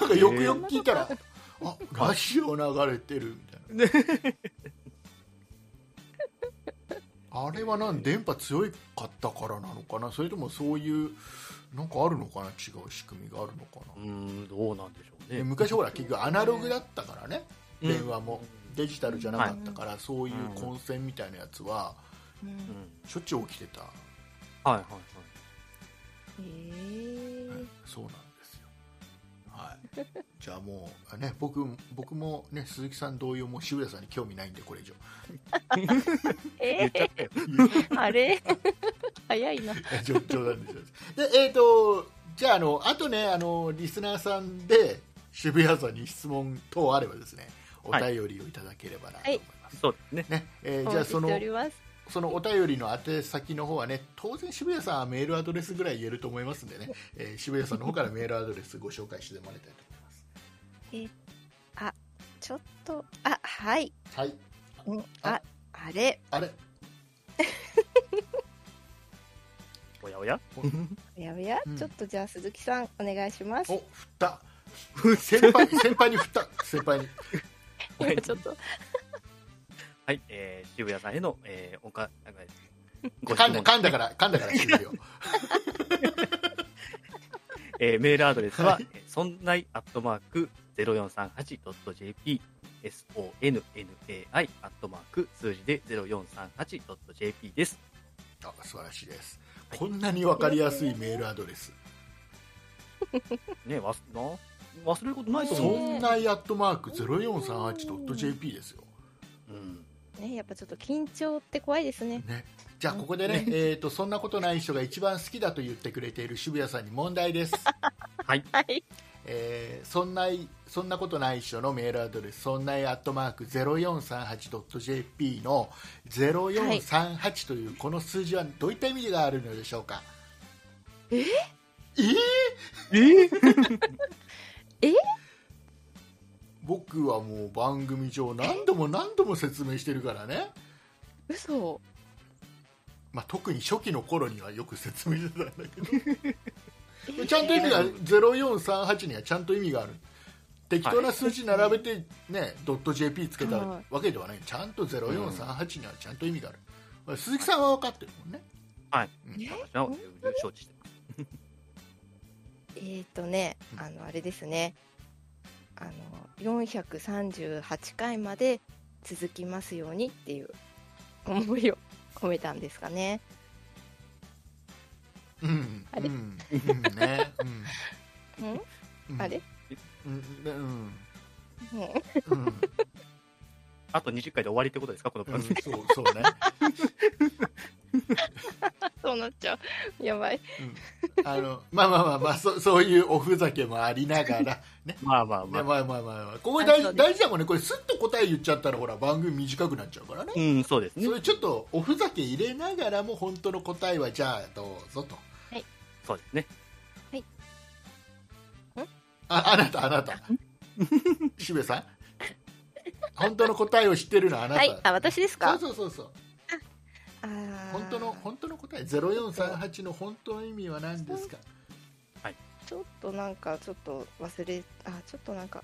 [SPEAKER 2] なんかよくよく聞いたら、あラジオ流れてるみたいなあれはなん電波強いかったからなのかなそれともそういうなんかあるのかな違う仕組みがあるのかな
[SPEAKER 3] うーん、どうなんでしょう
[SPEAKER 2] で
[SPEAKER 3] ね。
[SPEAKER 2] 昔ほら結局アナログだったからね、
[SPEAKER 3] うん
[SPEAKER 2] 電話もデジタルじゃなかったから、そういう混戦みたいなやつは
[SPEAKER 1] う
[SPEAKER 3] うん
[SPEAKER 1] ん、
[SPEAKER 2] しょっちゅう起きてた、
[SPEAKER 3] はいはいはい。
[SPEAKER 1] えー
[SPEAKER 2] そうなんですよはい じゃあもう、ね、僕僕も、ね、鈴木さん同様もう渋谷さんに興味ないんでこれ以 上
[SPEAKER 3] 言っ
[SPEAKER 1] え
[SPEAKER 3] ちゃったよ。
[SPEAKER 1] あれ 早いな。
[SPEAKER 2] 冗冗談ですよで、えー、とじゃああのあとねあのリスナーさんで渋谷さんに質問等あればですねお
[SPEAKER 3] は
[SPEAKER 2] 便りをいただければなと思います、
[SPEAKER 3] そうですね。
[SPEAKER 2] ねえー
[SPEAKER 1] お
[SPEAKER 2] じゃあ
[SPEAKER 1] 待ち
[SPEAKER 2] そ
[SPEAKER 1] し
[SPEAKER 2] の
[SPEAKER 1] ております。
[SPEAKER 2] そのお便りの宛先の方はね当然渋谷さんはメールアドレスぐらい言えると思いますんでね、えー渋谷さんの方からメールアドレスご紹介してもらいたいと思います
[SPEAKER 1] ちょっと、あ、はい。
[SPEAKER 2] はい
[SPEAKER 1] あ、あれ
[SPEAKER 2] あれ
[SPEAKER 3] おやおや。
[SPEAKER 1] おやおや、
[SPEAKER 2] うん
[SPEAKER 1] ちょっとじゃあ鈴木さんお願いします
[SPEAKER 2] お振った先輩 先輩に振った先輩に
[SPEAKER 1] 今ちょっと
[SPEAKER 3] はい、えー、渋谷さんへの、えー、おか、なんかご質
[SPEAKER 2] 噛んだ
[SPEAKER 3] 問、
[SPEAKER 2] 噛んだから噛んだから終了
[SPEAKER 3] えーメールアドレスは、えーそんないアットマーク 0438.jp、sonnai アットマーク数字で 0438.jp です。
[SPEAKER 2] あ素晴らしいですこんなに分かりやすいメールアドレス、
[SPEAKER 3] ね、忘な忘れることないと
[SPEAKER 2] そ
[SPEAKER 3] 思う。
[SPEAKER 2] んなやっとマーク 0438.jp ですよ、
[SPEAKER 3] うん。
[SPEAKER 1] ねやっぱちょっと緊張って怖いですね
[SPEAKER 2] ね、じゃあここでね、えー、とそんなことない人が一番好きだと言ってくれている渋谷さんに問題です
[SPEAKER 3] はい。
[SPEAKER 1] はい
[SPEAKER 2] えーそんないそんなことないっしょのメールアドレスそんないアットマーク 0438.jp の0438というこの数字はどういった意味があるのでしょうか、
[SPEAKER 1] え
[SPEAKER 2] えー
[SPEAKER 3] えー、
[SPEAKER 2] 僕はもう番組上何度も何度も説明してるからね、
[SPEAKER 1] 嘘
[SPEAKER 2] まあ、特に初期の頃にはよく説明してたんだけど
[SPEAKER 1] えー
[SPEAKER 2] ちゃんと意味が0438にはちゃんと意味がある適当な数字並べて、ねドット .jp つけたわけではないちゃんと0438にはちゃんと意味がある、鈴木さんは分かってるもんね
[SPEAKER 3] 私は承知してます。
[SPEAKER 1] えーっとね
[SPEAKER 2] うん
[SPEAKER 1] あのあれですねあの438回まで続きますようにっていう思いを込めたんですかね
[SPEAKER 2] うん
[SPEAKER 1] あれ
[SPEAKER 2] うんうんね、
[SPEAKER 1] うん
[SPEAKER 2] うんうん
[SPEAKER 1] あれ
[SPEAKER 2] うんうん
[SPEAKER 1] うん
[SPEAKER 2] うん、うん
[SPEAKER 3] あと20回で終わりってことですか、この
[SPEAKER 2] うん
[SPEAKER 3] 番
[SPEAKER 2] そう
[SPEAKER 3] 組。
[SPEAKER 2] そうね、
[SPEAKER 1] そうなっちゃうやばい
[SPEAKER 2] うん、あのまあまあまあまあそそういうおふざけもありながらね
[SPEAKER 3] まあまあま
[SPEAKER 2] ね、
[SPEAKER 3] あ。
[SPEAKER 2] まあまあまあまあ、ここ大
[SPEAKER 1] あそ
[SPEAKER 2] 事
[SPEAKER 1] うです
[SPEAKER 2] 大事だもんね、これ、すっと答え言っちゃったら、ほら、番組短くなっちゃうからね、
[SPEAKER 3] うん、そうですね
[SPEAKER 2] そ。れちょっとおふざけ入れながらも、本当の答えは、じゃあ、どうぞと、
[SPEAKER 3] そうです ね。
[SPEAKER 2] ああなた、あなた、渋谷さん、本当の答えを知ってるのはあなた、
[SPEAKER 1] はいあ私ですか
[SPEAKER 2] そうそうそうそう、
[SPEAKER 1] あー
[SPEAKER 2] 本当の本当の答え、0438の本当の意味は何ですか、
[SPEAKER 1] ちょっとなんかちょっと忘れあちょっとなんか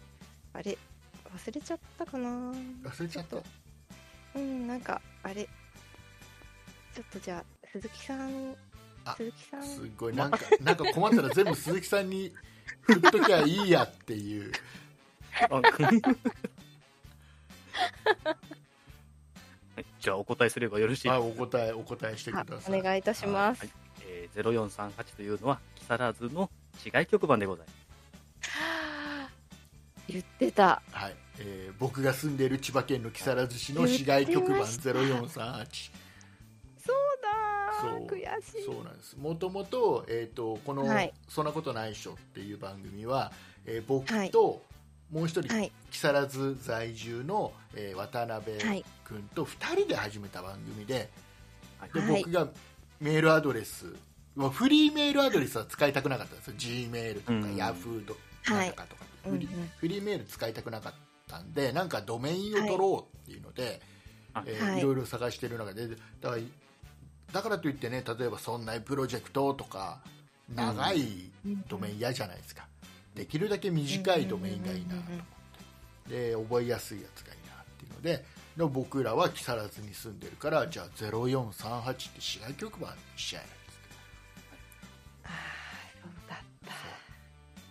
[SPEAKER 1] あれ忘れちゃったかな
[SPEAKER 2] 忘れちゃった
[SPEAKER 1] ちょっ、とうんなんかあれちょっとじゃあ鈴木さん
[SPEAKER 2] あ
[SPEAKER 1] 鈴木さん
[SPEAKER 2] すごい、なんかなんか困ったら、全部鈴木さんに振っときゃいいやっていう。
[SPEAKER 3] あはいじゃあお答えすればよろしいです
[SPEAKER 2] は
[SPEAKER 3] か
[SPEAKER 2] い、お答え、お答えしてく
[SPEAKER 1] あ
[SPEAKER 2] ださい。
[SPEAKER 1] お願いいたします、
[SPEAKER 3] はいえー0438というのは木更津の市外局番でございます
[SPEAKER 1] はあ言ってた
[SPEAKER 2] はい、えー僕が住んでいる千葉県の木更津市の市街局番0438
[SPEAKER 1] そうだ
[SPEAKER 2] そう
[SPEAKER 1] ー悔しい
[SPEAKER 2] そうなんですもともと,、えー、とこの、
[SPEAKER 1] はい
[SPEAKER 2] そんなことないっしょ」っていう番組は、えー僕
[SPEAKER 1] はい
[SPEAKER 2] ともう一人、
[SPEAKER 1] はい
[SPEAKER 2] 木更津在住の、えー渡辺
[SPEAKER 1] はい
[SPEAKER 2] 君と2人で始めた番組でで
[SPEAKER 1] はい
[SPEAKER 2] 僕がメールアドレスまあフリーメールアドレスは使いたくなかったんですよ G メールとか
[SPEAKER 3] うん
[SPEAKER 2] Yahoo とか
[SPEAKER 1] はい
[SPEAKER 2] なんとかとか、
[SPEAKER 1] うん
[SPEAKER 2] フリ
[SPEAKER 1] うん
[SPEAKER 2] フリーメール使いたくなかったんでなんかドメインを取ろうっていうので、
[SPEAKER 3] はい
[SPEAKER 2] えー
[SPEAKER 1] はい
[SPEAKER 2] いろいろ探してる中でだからだからといってね例えば「そんなプロジェクト」とか長いドメイン嫌じゃないですかできるだけ短いドメインがいいなと思ってで覚えやすいやつがいいなっていうのででも僕らは木更津に住んでるからじゃあ0438って市外局番にしちゃえ
[SPEAKER 1] あーそうだった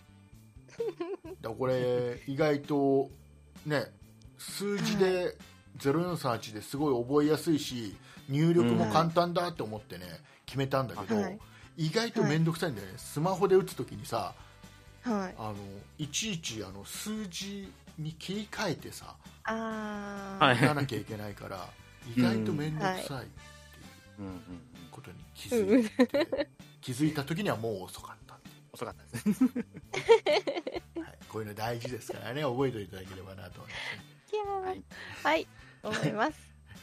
[SPEAKER 2] だからこれ意外とね数字で0438ですごい覚えやすいし入力も簡単だって思ってね決めたんだけど、
[SPEAKER 1] はい
[SPEAKER 2] 意外と面倒くさいんだよね、スマホで打つ時にさ
[SPEAKER 1] はい。
[SPEAKER 2] あのいちいちあの数字に切り替えてさ
[SPEAKER 1] あー。
[SPEAKER 3] はい
[SPEAKER 2] やらなきゃいけないから 意外と面倒くさい
[SPEAKER 3] うんうんうん、
[SPEAKER 2] ことに気づいて、 気づいた時にはもう遅かったってい
[SPEAKER 3] 遅かったですね。
[SPEAKER 2] う、はい、こういうの大事ですからね覚えておいていただければなと思い
[SPEAKER 1] キャー
[SPEAKER 3] はい
[SPEAKER 1] はい。思います。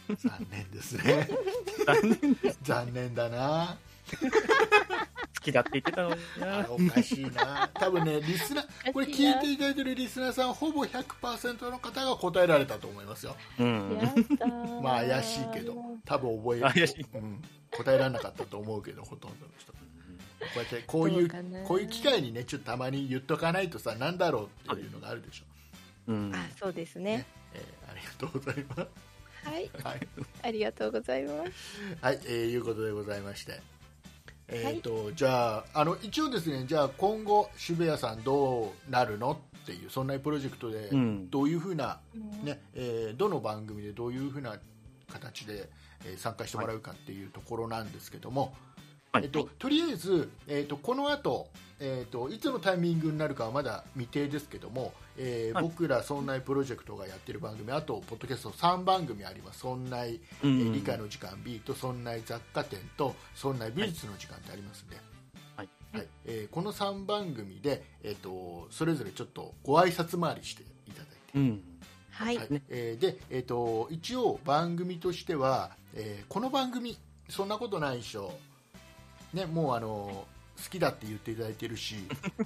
[SPEAKER 2] ます残念ですね残念だな
[SPEAKER 3] 好きだって言ってたのに
[SPEAKER 2] あ
[SPEAKER 3] な。
[SPEAKER 2] おかしいな多分ねリスナーこれ聞いていただいてるリスナーさんほぼ100%の方が答えられたと思いますよ
[SPEAKER 3] うん
[SPEAKER 1] や。ったー
[SPEAKER 2] まあ怪しいけど多分覚え
[SPEAKER 3] 怪しい
[SPEAKER 2] うん、答えられなかったと思うけどほとんどの人こうやってこうい
[SPEAKER 1] ど
[SPEAKER 2] う
[SPEAKER 1] かな
[SPEAKER 2] こういう機会にねちょっとたまに言っとかないとさなんだろうっていうのがあるでしょ、
[SPEAKER 3] うん。
[SPEAKER 1] あ、そうですね。
[SPEAKER 2] えーありがとうございま
[SPEAKER 1] はい。
[SPEAKER 2] すはい、
[SPEAKER 1] ありがとうございます。
[SPEAKER 2] はいえーいうことでございましてえーとじゃああの一応ですねじゃあ今後渋谷さんどうなるのっていうそんなプロジェクトで
[SPEAKER 3] うん。
[SPEAKER 2] どういうふうな、
[SPEAKER 1] うん
[SPEAKER 2] ねえーどの番組でどういうふうな形で、えー参加してもらうかっていうところなんですけども、
[SPEAKER 3] はい
[SPEAKER 2] えっと、とりあえず、えっと、この後、えっといつのタイミングになるかはまだ未定ですけども、えー
[SPEAKER 3] はい
[SPEAKER 2] 僕ら「そんないプロジェクト」がやってる番組あとポッドキャスト3番組あります「そんない、
[SPEAKER 3] う
[SPEAKER 2] えー
[SPEAKER 3] ん
[SPEAKER 2] 理科の時間 B」と「そんない雑貨店」と「そんない美術の時間」ってありますんで、
[SPEAKER 3] はい
[SPEAKER 2] はいえーこの3番組で、えっとそれぞれちょっとご挨拶回りしていただいて。
[SPEAKER 3] うん。
[SPEAKER 1] はい
[SPEAKER 2] は。いえーで、えー、と一応番組としては、えーこの番組そんなことないでしょ、ね、もうあの好きだって言っていただいてる し、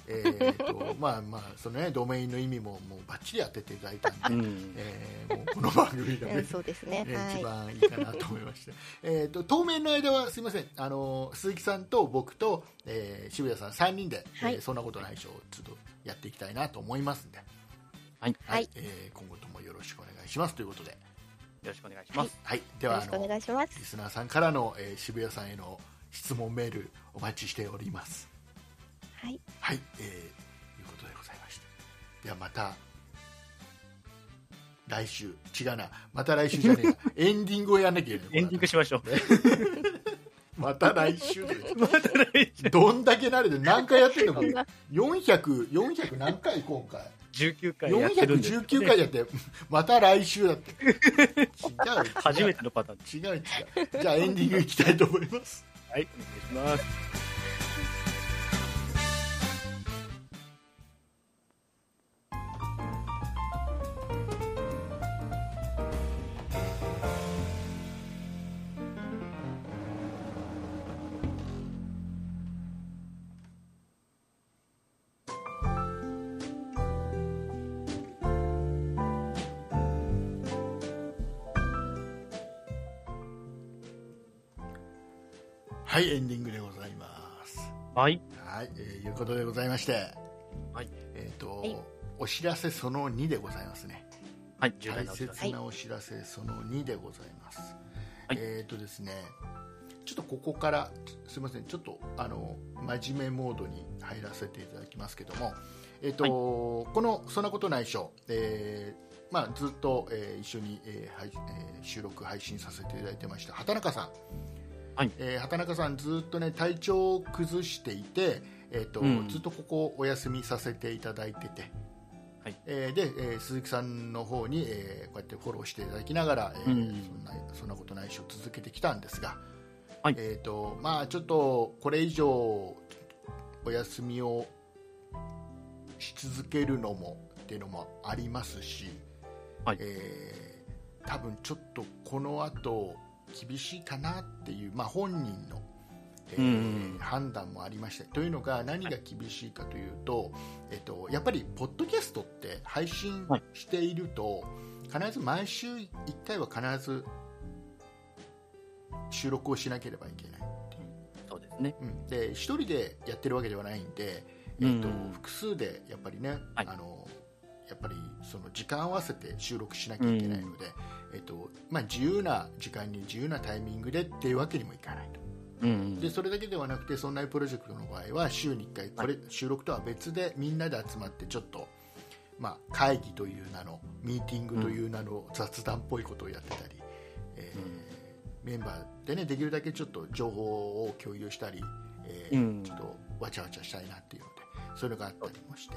[SPEAKER 2] えーとまあまあそのね、ドメインの意味ももうバッチリ当てていただいた
[SPEAKER 3] うん
[SPEAKER 2] で、
[SPEAKER 3] ん。
[SPEAKER 2] えーもうこの番組が
[SPEAKER 1] うん、
[SPEAKER 2] ね
[SPEAKER 1] そうですね。
[SPEAKER 2] えー一
[SPEAKER 1] は
[SPEAKER 2] 番いいかなと思いまして、 えー、と当面の間はすいませんあの鈴木さんと僕と、えー渋谷さん3人で、
[SPEAKER 1] はい
[SPEAKER 2] えーそんなことないでしょちょっとやっていきたいなと思いますんで。
[SPEAKER 3] はい。よ
[SPEAKER 1] はい
[SPEAKER 2] えー今後ともよろしくお願いしますということで、
[SPEAKER 3] ろしくお願いします。
[SPEAKER 2] はい、
[SPEAKER 1] い。
[SPEAKER 2] で
[SPEAKER 1] よ
[SPEAKER 2] は
[SPEAKER 1] ろ
[SPEAKER 2] あ
[SPEAKER 1] しくお
[SPEAKER 2] の
[SPEAKER 1] 願いします
[SPEAKER 2] リ。スナーさんからの、えー渋谷さんへの質問メールお待ちしております。
[SPEAKER 1] はい。
[SPEAKER 2] はい、えー、いうことでございまして、ではまた来週違うな、また来週じゃね えやエンディングをやんなきゃいけない。
[SPEAKER 3] エンディングしましょう。
[SPEAKER 2] また来週で。
[SPEAKER 3] また来週。
[SPEAKER 2] どんだけ慣れて何回やってんのこれ
[SPEAKER 1] こんな
[SPEAKER 2] 400 400何回今回
[SPEAKER 3] 19回やってるんですよね
[SPEAKER 2] 419回やってまた来週だって違う
[SPEAKER 3] 初めてのパターンで
[SPEAKER 2] 違う違うじゃあエンディングいきたいと思います
[SPEAKER 3] す。はい。お願いします。
[SPEAKER 2] はいエンディングでございます
[SPEAKER 3] はい。
[SPEAKER 2] はい、えーいうことでございまして
[SPEAKER 3] はい
[SPEAKER 2] えっ、と、
[SPEAKER 1] はい
[SPEAKER 2] お知らせその2でございますね
[SPEAKER 3] はい。重
[SPEAKER 2] 大
[SPEAKER 3] 大なお知らせ。
[SPEAKER 2] 切なお知らせその2でございます、
[SPEAKER 3] はい
[SPEAKER 2] えっ、とですねちょっとここからすみませんちょっとあの真面目モードに入らせていただきますけどもえっ、と、
[SPEAKER 3] はい
[SPEAKER 2] この「そんなことないでしょ」えーまあ、ずっと、えー一緒に、えーはいえー収録配信させていただいてました畑中さん、
[SPEAKER 3] はい
[SPEAKER 2] えー畑中さんずっとね体調を崩していて、えーと
[SPEAKER 3] うん
[SPEAKER 2] ずっとここお休みさせていただいてて、えーで、えー鈴木さんの方に、えーこうやってフォローしていただきながら、えー
[SPEAKER 3] うん
[SPEAKER 2] そんなそんなことないしを続けてきたんですが、
[SPEAKER 3] はい
[SPEAKER 2] えーとまあ、ちょっとこれ以上お休みをし続けるのもっていうのもありますし、
[SPEAKER 3] はい
[SPEAKER 2] えー多分ちょっとこの後厳しいかなっていう、まあ、本人の、えー
[SPEAKER 3] うん
[SPEAKER 2] 判断もありましたというのが何が厳しいかというと、えっと、やっぱりポッドキャストって配信
[SPEAKER 3] はい
[SPEAKER 2] していると、必ず毎週1回は必ず収録をしなければいけない、
[SPEAKER 3] そうですね。
[SPEAKER 2] うん、で1人でやってるわけではないんで、え
[SPEAKER 3] う
[SPEAKER 2] っ
[SPEAKER 3] ん
[SPEAKER 2] と複数でやっぱりね、
[SPEAKER 3] はい
[SPEAKER 2] あのやっぱりその時間合わせて収録しなきゃいけないので、えっとまあ、自由な時間に自由なタイミングでっていうわけにもいかないと。
[SPEAKER 3] うんうん。
[SPEAKER 2] でそれだけではなくて「そんなプロジェクト」の場合は週に1回これ、収録とは別でみんなで集まってちょっと、まあ、会議という名のミーティングという名の雑談っぽいことをやってたり、えーメンバーで、ね、できるだけちょっと情報を共有したり、えー
[SPEAKER 3] うん
[SPEAKER 2] ちょっとわちゃわちゃしたいなっていうのでそういうのがあったりもして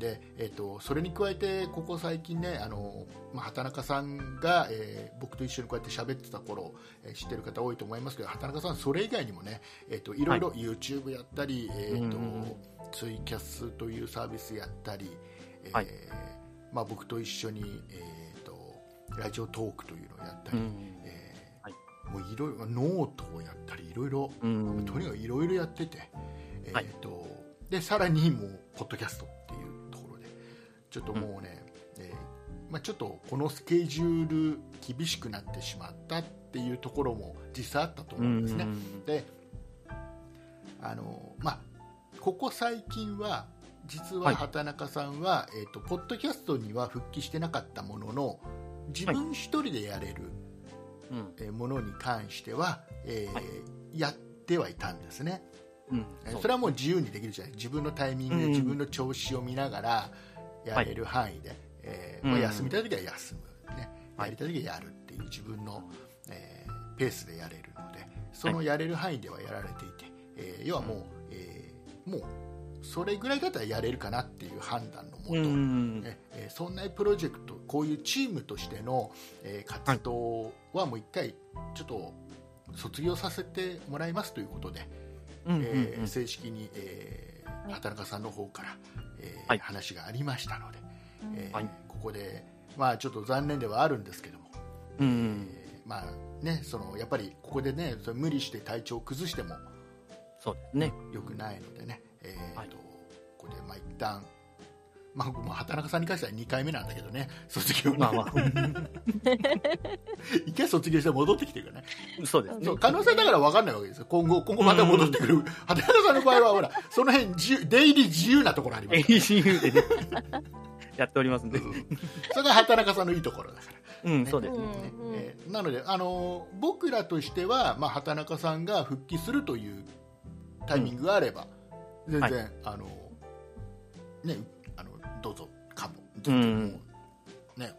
[SPEAKER 2] で、えー、とそれに加えてここ最近ねあの、まあ、畑中さんが、えー僕と一緒にこうやって喋ってた頃、えー知ってる方多いと思いますけど畑中さんはそれ以外にもね、えー、といろいろ YouTube やったり、えーと
[SPEAKER 3] うんうんうん
[SPEAKER 2] ツイキャスというサービスやったり、えー
[SPEAKER 3] はい
[SPEAKER 2] まあ、僕と一緒に、えー、とラジオトークというのをやった
[SPEAKER 3] う
[SPEAKER 2] り、
[SPEAKER 3] ん
[SPEAKER 2] えー
[SPEAKER 3] はい
[SPEAKER 2] もういろいろノートをやったりいろいろ
[SPEAKER 3] うん
[SPEAKER 2] とにかくいろいろやってて、え
[SPEAKER 3] はい
[SPEAKER 2] ーとでさらにもうポッドキャストっていうところでちょっともうね、えーまあ、ちょっとこのスケジュール厳しくなってしまったっていうところも実際あったと思うんですね。であの、まあ、ここ最近は実
[SPEAKER 3] は
[SPEAKER 2] はい畑中さんは、えー、とポッドキャストには復帰してなかったものの自分一人でやれる、
[SPEAKER 3] うん
[SPEAKER 2] えーものに関しては、えー
[SPEAKER 3] はい
[SPEAKER 2] やってはいたんですね、
[SPEAKER 3] うん
[SPEAKER 2] えー
[SPEAKER 3] そう
[SPEAKER 2] それはもう自由にできるじゃない自分のタイミングで
[SPEAKER 3] うん
[SPEAKER 2] 自分の調子を見ながらやれる範囲で、えーまあ
[SPEAKER 3] うん
[SPEAKER 2] 休みたい時は休む、ね、
[SPEAKER 3] はい
[SPEAKER 2] やりたい時はやるっていう自分の、えーペースでやれるのでそのやれる範囲ではやられていて、えー要はもう、えーもうそれぐらいだったらやれるかなっていう判断のもと、
[SPEAKER 3] うん
[SPEAKER 2] ねえーそんなプロジェクトこういうチームとしての、えー活動はもう一回ちょっと卒業させてもらいますということで、
[SPEAKER 3] うんうん
[SPEAKER 2] えー
[SPEAKER 3] うん
[SPEAKER 2] 正式に、えー畑中さんの方から、えー
[SPEAKER 3] はい
[SPEAKER 2] 話がありましたので、えー
[SPEAKER 3] はい
[SPEAKER 2] ここで、まあ、ちょっと残念ではあるんですけども、
[SPEAKER 3] うん
[SPEAKER 2] えーまあね、そのやっぱりここで、ね、それ無理して体調を崩しても
[SPEAKER 3] そうですね
[SPEAKER 2] 良くないのでね、えーと
[SPEAKER 3] はい
[SPEAKER 2] ここでまあ一旦まあ、もう畑中さんに関しては2回目なんだけどね、卒業
[SPEAKER 3] まあま
[SPEAKER 2] 一回卒業して戻ってきてるからね。
[SPEAKER 3] あそうです
[SPEAKER 2] そ
[SPEAKER 3] ね
[SPEAKER 2] う、可能性だから分かんないわけですよ。今後、今後また戻ってくる。畑中さんの場合は、ほら、その辺自由、出入り自由なところありますから
[SPEAKER 3] ACU でねやっておりますんで
[SPEAKER 2] うん それが畑中さんのいいところだから。
[SPEAKER 3] うんそうです
[SPEAKER 1] う
[SPEAKER 3] ね
[SPEAKER 1] ん
[SPEAKER 2] ねえーなので、あのー僕らとしては、まあ、畑中さんが復帰するというタイミングがあれば、全然、
[SPEAKER 3] は
[SPEAKER 2] あのーね、あのどうぞかも、
[SPEAKER 3] うん
[SPEAKER 2] もうね、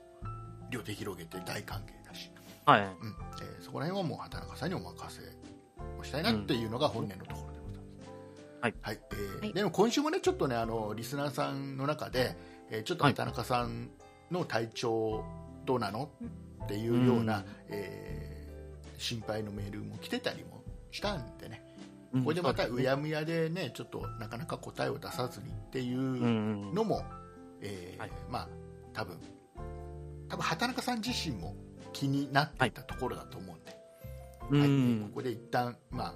[SPEAKER 2] 両手広げて大歓迎だし、
[SPEAKER 3] はい
[SPEAKER 2] うんえーそこら辺はもう畑中さんにお任せをしたいなっていうのが本音のところでございます。
[SPEAKER 3] はい
[SPEAKER 2] はいえー
[SPEAKER 1] はい
[SPEAKER 2] でも今週もねちょっとねあのリスナーさんの中で、えーちょっと
[SPEAKER 3] はい
[SPEAKER 2] 畑中さんの体調どうなのっていうような、
[SPEAKER 3] うん
[SPEAKER 2] えー心配のメールも来てたりもしたんでね、
[SPEAKER 3] うん
[SPEAKER 2] これでまた
[SPEAKER 3] そう
[SPEAKER 2] う
[SPEAKER 3] すね
[SPEAKER 2] やむやでねちょっとなかなか答えを出さずにっていううん
[SPEAKER 3] うん
[SPEAKER 2] のも、えー
[SPEAKER 3] はい
[SPEAKER 2] まあ多分多分畑中さん自身も気になっていたところだと思うんで、
[SPEAKER 3] うんう
[SPEAKER 2] はいこ
[SPEAKER 3] ん
[SPEAKER 2] こで一旦まあ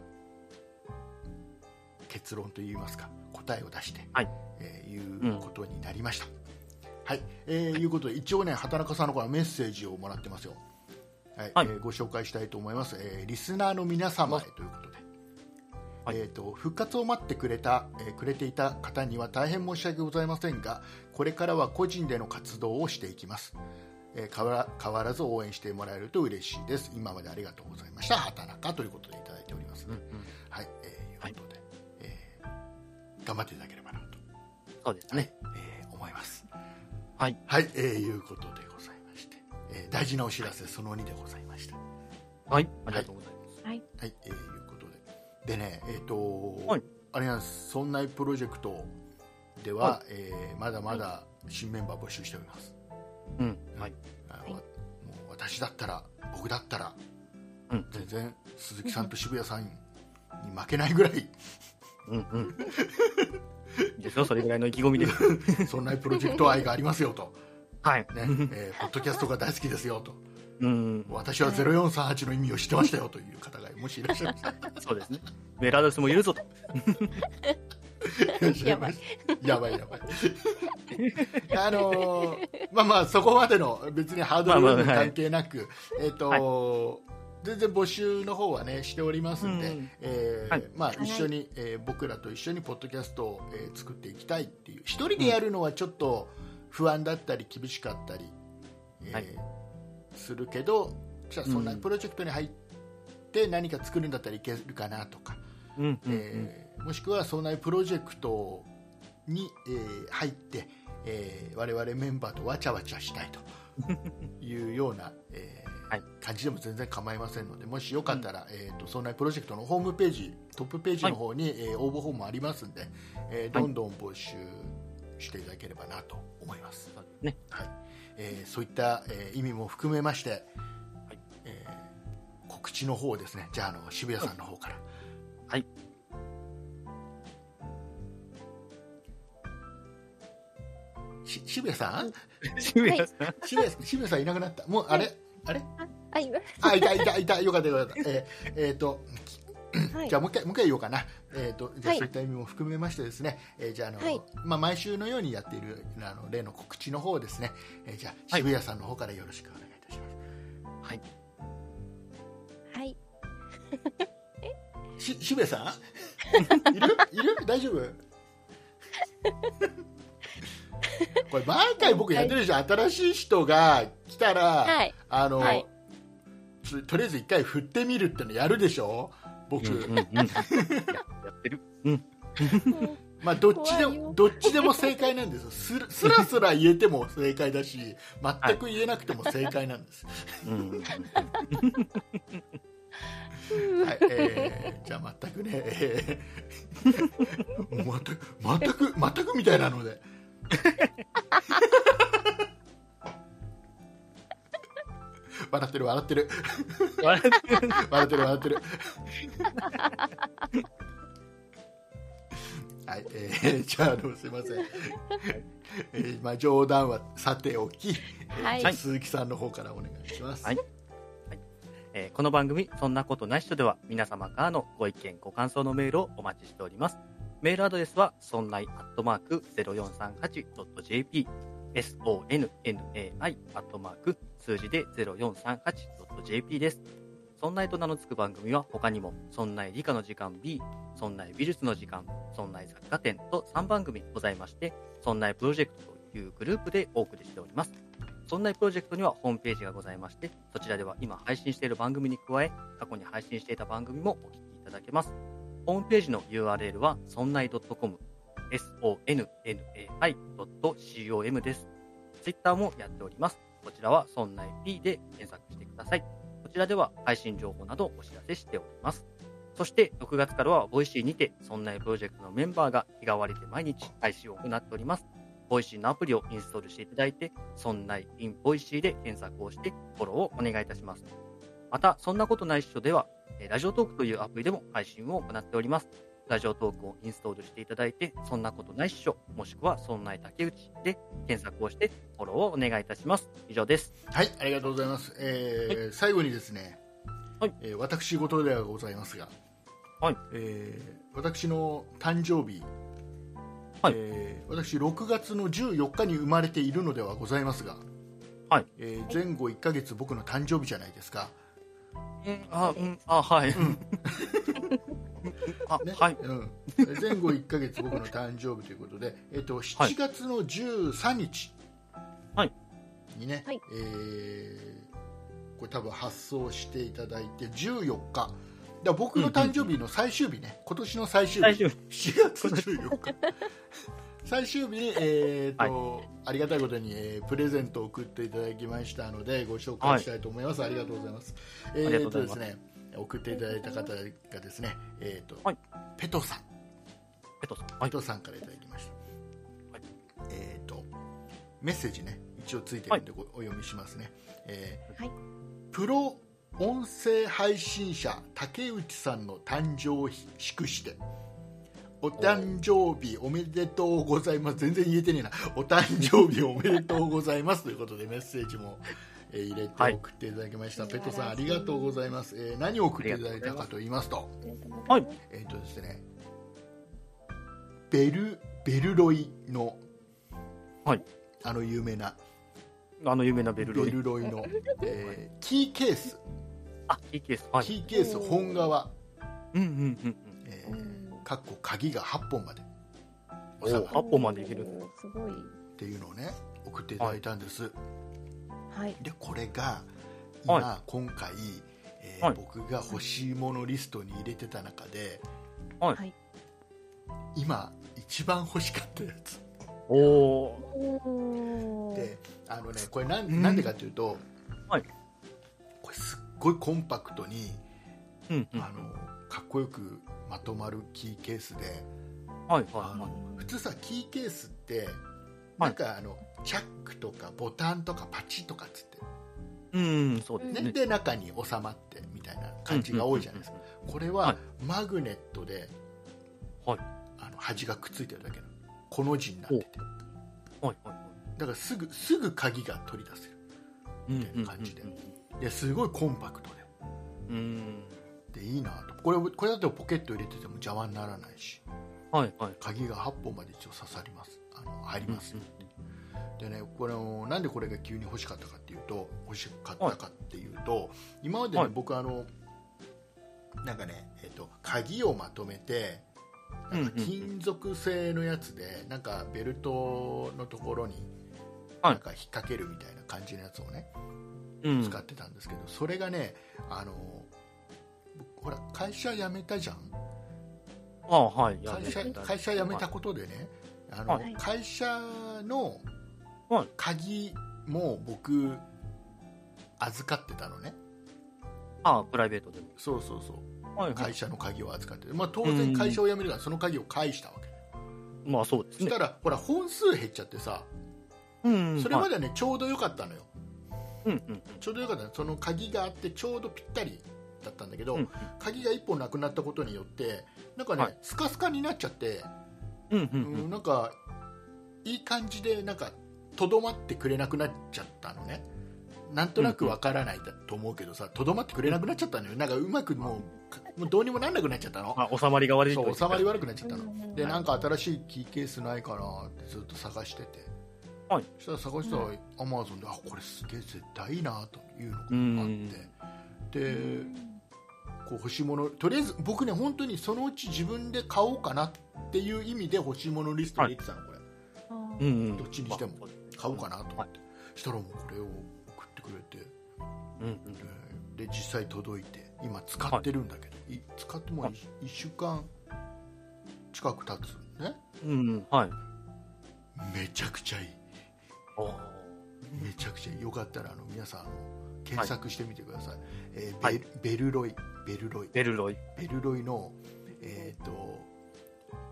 [SPEAKER 2] 結論といいますか答えを出して、
[SPEAKER 3] はい
[SPEAKER 2] えーいうことになりました、はい、えーいうことで一応ね畑中さんのからメッセージをもらってますよはい、
[SPEAKER 3] はい
[SPEAKER 2] えーご紹介したいと思います、えーリスナーの皆様へということで、
[SPEAKER 3] はい
[SPEAKER 2] えー、と復活を待ってくれた、えーくれていた方には大変申し訳ございませんがこれからは個人での活動をしていきます、えー変わら変わらず応援してもらえると嬉しいです今までありがとうございました畑中ということでいただいております、
[SPEAKER 3] うんうん
[SPEAKER 2] はい、えーいうことで、えー頑張っていただければなと、
[SPEAKER 3] そうです
[SPEAKER 2] ね
[SPEAKER 3] ね
[SPEAKER 2] えー思います
[SPEAKER 3] はい
[SPEAKER 2] はい、えーいうことでございまして、えー大事なお知らせその2でございましたは
[SPEAKER 3] はいありがとうございます
[SPEAKER 2] い、えーいうことででねえっ、と、
[SPEAKER 3] はい
[SPEAKER 2] あれなんですそんなプロジェクトでは、
[SPEAKER 3] は
[SPEAKER 2] えーまだまだ新メンバー募集しております、
[SPEAKER 3] うんはい
[SPEAKER 2] あの
[SPEAKER 1] はい
[SPEAKER 2] わもう私だったら僕だったら、
[SPEAKER 3] うん
[SPEAKER 2] 全然鈴木さんと渋谷さんに負けないぐらい
[SPEAKER 3] うんうんいいですよそれぐらいの意気込みです
[SPEAKER 2] そんなプロジェクト愛がありますよと、
[SPEAKER 3] はい
[SPEAKER 2] ねえーポッドキャストが大好きですよと
[SPEAKER 3] うん
[SPEAKER 2] 私は0438の意味を知ってましたよという方がもしいらっしゃいましたら
[SPEAKER 3] そうですねメールアドレスもいるぞと
[SPEAKER 2] いら っしゃいました やばいやばいあのーまあまあそこまでの別にハードル
[SPEAKER 3] まあまあ
[SPEAKER 2] に
[SPEAKER 3] はい
[SPEAKER 2] 関係なく、えっ、と全然募集の方はねしておりますんで、
[SPEAKER 3] うん
[SPEAKER 2] えー
[SPEAKER 3] はい
[SPEAKER 2] まあ
[SPEAKER 1] い
[SPEAKER 2] 一緒に、えー僕らと一緒にポッドキャストを、えー作っていきたいっていう一人でやるのはちょっと不安だったり厳しかったり、えー
[SPEAKER 3] はい
[SPEAKER 2] するけどじゃあそんな
[SPEAKER 3] うん
[SPEAKER 2] プロジェクトに入って何か作るんだったらいけるかなとか、
[SPEAKER 3] うんうんうん
[SPEAKER 2] えーもしくはそんなプロジェクトに、えー入って、 えー我々メンバーとわちゃわちゃしたいというような、えー
[SPEAKER 3] はい
[SPEAKER 2] 感じでも全然構いませんのでもしよかったら、えー、とそんなプロジェクトのホームページトップページの方に、えー応募フォームありますんで、えー
[SPEAKER 3] はい
[SPEAKER 2] どんどん募集していただければなと思います、
[SPEAKER 3] そうですね。
[SPEAKER 2] はいえーそういった、えー意味も含めまして、
[SPEAKER 3] い
[SPEAKER 2] えー告知の方をですねじゃああの渋谷さんの方から、
[SPEAKER 3] はい。
[SPEAKER 2] し渋谷さん
[SPEAKER 3] 渋谷さん。
[SPEAKER 2] 渋谷さん渋谷さんいなくなったもうあれ、
[SPEAKER 1] は
[SPEAKER 2] あれ
[SPEAKER 1] あ、 いま
[SPEAKER 2] あいたいたいたよかった よかったえーえーと
[SPEAKER 1] はい
[SPEAKER 2] じゃあもう一回もう一回言おうかな、えーとじゃあ
[SPEAKER 1] はい
[SPEAKER 2] そういった意味も含めましてですね、えーじゃああの、
[SPEAKER 1] はい
[SPEAKER 2] まあ、毎週のようにやっているあの例の告知の方をですね、えーじゃあ渋谷さんの方からよろしくお願いいたしま
[SPEAKER 3] はい。
[SPEAKER 1] はい。
[SPEAKER 2] す、し渋谷さ んいるいる大丈夫これ毎回僕やってるでしょ新しい人が来たら、
[SPEAKER 1] はい。
[SPEAKER 2] あの、
[SPEAKER 1] はい
[SPEAKER 2] つとりあえず一回振ってみるってのやるでしょ僕、
[SPEAKER 3] うんうんうん。ややってる。うん。
[SPEAKER 2] まあどっちで
[SPEAKER 1] 怖いよ
[SPEAKER 2] もどっちでも正解なんですよす るすらすら言えても正解だし全く言えなくても正解なんです、
[SPEAKER 3] うんうんうん。
[SPEAKER 2] はいえーじゃあ全くね、えー また全く全くみたいなので 笑ってる笑ってる
[SPEAKER 3] 笑ってる
[SPEAKER 2] 笑ってる笑って るはい、えー、じゃああのすいません、えーまあ、冗談はさておき、
[SPEAKER 1] は
[SPEAKER 2] え
[SPEAKER 1] い
[SPEAKER 2] ー鈴木さんの方からお願いします、
[SPEAKER 3] はいえーこの番組「そんなことない人」では皆様からのご意見ご感想のメールをお待ちしておりますメールアドレスはそんないアットマーク 0438.jp sonnai アットマーク数字で 0438.jp ですそんないと名の付く番組は他にも、そんない理科の時間 B、そんない美術の時間、そんない雑貨店と3番組ございまして、そんないプロジェクトというグループでお送りしております。そんないプロジェクトにはホームページがございまして、そちらでは今配信している番組に加え、過去に配信していた番組もお聞きいただけます。ホームページの URL は、そんない .com、sonnai.com です。ツイッターもやっております。こちらは、そんない P で検索してください。こちらでは配信情報などお知らせしております。そして6月からはボイシーにて、そんなプロジェクトのメンバーが日替わりで毎日配信を行っております。ボイシーのアプリをインストールしていただいて、そんな in ボイシーで検索をしてフォローをお願いいたします。また、そんなことないっしょでは、えーラジオトークというアプリでも配信を行っております。ラジオトークをインストールしていただいて、そんなことないっしょ、もしくはそんな竹内で検索をしてフォローをお願いいたします。以上です。
[SPEAKER 2] はい、ありがとうございます、えー最後にですね、
[SPEAKER 3] はい
[SPEAKER 2] えー私事ではございますが、
[SPEAKER 3] はい
[SPEAKER 2] えー私の誕生日、
[SPEAKER 3] はい
[SPEAKER 2] えー私6月の14日に生まれているのではございますが、
[SPEAKER 3] はい
[SPEAKER 2] えー前後1ヶ月僕の誕生日じゃないですか、
[SPEAKER 3] うん、あ、うん、あ、はい。うん、あ、
[SPEAKER 2] ね
[SPEAKER 3] はい。
[SPEAKER 2] うん、前後1ヶ月僕の誕生日ということで、えっと
[SPEAKER 3] はい
[SPEAKER 2] 7月の13日
[SPEAKER 3] はい
[SPEAKER 2] にね、
[SPEAKER 1] はい
[SPEAKER 2] えーこれ多分発送していただいて14日だから僕の誕生日の最終日ね、今年の最終
[SPEAKER 3] 大
[SPEAKER 2] 日
[SPEAKER 3] 丈夫。
[SPEAKER 2] 7月14日 最終日に、えーとありがたいことに、えープレゼントを送っていただきましたのでご紹介したいと思います、ありがとうございますえ
[SPEAKER 3] ありがと
[SPEAKER 2] ー
[SPEAKER 3] うござ
[SPEAKER 2] と
[SPEAKER 3] い
[SPEAKER 2] で
[SPEAKER 3] ます
[SPEAKER 2] すね送っていただいた方がですね、えーと
[SPEAKER 3] はい
[SPEAKER 2] ペトさん
[SPEAKER 3] ペトさん。は
[SPEAKER 2] 伊
[SPEAKER 3] い。
[SPEAKER 2] 藤さんからいただきました、
[SPEAKER 3] はい
[SPEAKER 2] えっ、とメッセージね一応ついてるんでご、お読みしますね、えー
[SPEAKER 1] はい
[SPEAKER 2] プロ音声配信者竹内さんの誕生日祝してお誕生日おめでとうございます全然言えてねえなお誕生日おめでとうございますということでメッセージもえー入れ
[SPEAKER 3] は
[SPEAKER 2] て
[SPEAKER 3] い
[SPEAKER 2] 送っていただきました、
[SPEAKER 1] 素晴
[SPEAKER 2] ペ
[SPEAKER 1] らしい
[SPEAKER 2] トさんありがとうございます、えー何を送っていただいたかと言いますと
[SPEAKER 3] はい
[SPEAKER 2] えっ、とですねベルベルロイの、
[SPEAKER 3] はい
[SPEAKER 2] あの有名な
[SPEAKER 3] あの有名なベ
[SPEAKER 2] ベ
[SPEAKER 3] ルロイ。
[SPEAKER 2] ルロイ の、えーキーケース、
[SPEAKER 3] あ、キーケース。はい。
[SPEAKER 2] キーケース本革、
[SPEAKER 3] うん、うん、うん
[SPEAKER 2] え
[SPEAKER 1] う
[SPEAKER 2] ー
[SPEAKER 1] ん
[SPEAKER 2] かっこ鍵が8本まで
[SPEAKER 3] おー
[SPEAKER 2] 収まる
[SPEAKER 3] 八本までいけるんだ
[SPEAKER 1] すごい。
[SPEAKER 2] っていうのをね送っていただいたんです、
[SPEAKER 1] はい。
[SPEAKER 2] でこれが今、
[SPEAKER 3] は
[SPEAKER 2] 今回、えー
[SPEAKER 3] はい
[SPEAKER 2] 僕が欲しいものリストに入れてた中で、
[SPEAKER 3] はい
[SPEAKER 1] はい
[SPEAKER 2] 今一番欲しかったやつ
[SPEAKER 3] うん。おー。
[SPEAKER 1] おー
[SPEAKER 2] であのねこれな
[SPEAKER 3] うん
[SPEAKER 2] んなんでかというと、
[SPEAKER 3] はい
[SPEAKER 2] これごいコンパクトに、
[SPEAKER 3] うんうん
[SPEAKER 2] あのかっこよくまとまるキーケースで、
[SPEAKER 3] はいはい
[SPEAKER 2] あの
[SPEAKER 3] はい
[SPEAKER 2] 普通さキーケースってなんかあの、チャックとかボタンとかパチとかっつって
[SPEAKER 3] うんそうです
[SPEAKER 2] ね、
[SPEAKER 3] ね
[SPEAKER 2] で中に収まってみたいな感じが多いじゃないですか、これは
[SPEAKER 3] はい
[SPEAKER 2] マグネットで、
[SPEAKER 3] はい
[SPEAKER 2] あの端がくっついてるだけなのこの字になってて
[SPEAKER 3] はいはいは
[SPEAKER 2] だからすぐすぐ鍵が取り出せる
[SPEAKER 3] い
[SPEAKER 2] みたいな感じでですごいコンパクト
[SPEAKER 3] うんうんうん
[SPEAKER 2] ででいいなとこれこれだとポケット入れてても邪魔にならないし
[SPEAKER 3] はいはい
[SPEAKER 2] 鍵が8本まで一応刺さりますあの入り
[SPEAKER 3] うん
[SPEAKER 2] ますよ、でねこれをなんでこれが急に欲しかったかっていうと欲しかったかっていうと、今まで、ね
[SPEAKER 3] はい
[SPEAKER 2] 僕あのなんかね、えっと鍵をまとめて
[SPEAKER 3] うんうんうん
[SPEAKER 2] 金属製のやつでなんかベルトのところに
[SPEAKER 3] は
[SPEAKER 2] な
[SPEAKER 3] い
[SPEAKER 2] んか引っ掛けるみたいな感じのやつをね、
[SPEAKER 3] うん
[SPEAKER 2] 使ってたんですけどそれがねあの僕ほら会社辞めたじゃん
[SPEAKER 3] ああはいや
[SPEAKER 2] 会社
[SPEAKER 3] やや
[SPEAKER 2] 会社辞めたことでね、あの
[SPEAKER 1] はい
[SPEAKER 2] 会社の
[SPEAKER 3] はい
[SPEAKER 2] 鍵も僕預かってたのね
[SPEAKER 3] ああプライベートでも
[SPEAKER 2] そうそうそう
[SPEAKER 3] はいは
[SPEAKER 2] 会
[SPEAKER 3] い
[SPEAKER 2] 社の鍵を預かってて、まあ、当然会社を辞めるからその鍵を返したわけ
[SPEAKER 3] まあそうで
[SPEAKER 2] そ
[SPEAKER 3] す
[SPEAKER 2] し
[SPEAKER 3] ね
[SPEAKER 2] たらほら本数減っちゃってさ
[SPEAKER 3] うん
[SPEAKER 2] それま
[SPEAKER 3] で
[SPEAKER 2] ではねちょうど良かったのよ
[SPEAKER 3] うんうん
[SPEAKER 2] ちょうど良かったのその鍵があってちょうどぴったりだったんだけど、
[SPEAKER 3] うん
[SPEAKER 2] 鍵が1本なくなったことによってなんかね、
[SPEAKER 3] はい
[SPEAKER 2] スカスカになっちゃって、
[SPEAKER 3] うんうんう
[SPEAKER 2] うん
[SPEAKER 3] ん
[SPEAKER 2] なんかいい感じでなんかとどまってくれなくなっちゃったのねなんとなくわからないだと思うけどさとどまってくれなくなっちゃったのよなんかうまくもうかもうどうにもなんなくなっちゃったの
[SPEAKER 3] あ収まりが悪いと
[SPEAKER 2] そう収まり悪くなっちゃった
[SPEAKER 1] う
[SPEAKER 2] の
[SPEAKER 1] んうん
[SPEAKER 2] で
[SPEAKER 1] うん
[SPEAKER 2] なんか新しいキーケースないかなってずっと探してて、
[SPEAKER 3] はい
[SPEAKER 2] そしたら探したらアマゾンで、あこれすげえ絶対いいなというのがあってでこう欲しいものとりあえず僕ね本当にそのうち自分で買おうかなっていう意味で欲しいものリストに入れてたの、これ
[SPEAKER 3] うんうん
[SPEAKER 2] どっちにしても
[SPEAKER 3] まあ
[SPEAKER 2] 買おうかなと思
[SPEAKER 3] は
[SPEAKER 2] っ
[SPEAKER 3] い
[SPEAKER 2] て、したらもうこれを送ってくれて
[SPEAKER 3] うんうん
[SPEAKER 2] でで実際届いて今使ってるんだけど、い使ってもう
[SPEAKER 3] はい
[SPEAKER 2] 1週間近く経つね
[SPEAKER 3] うんうんはい
[SPEAKER 2] めちゃくちゃいい
[SPEAKER 3] ああ
[SPEAKER 2] めちゃくちゃいいよかったらあの皆さんあの検索してみてください、えーベ
[SPEAKER 3] はい
[SPEAKER 2] ベルロイベルロイ
[SPEAKER 3] ベルロイ
[SPEAKER 2] ベルロイのえっ、と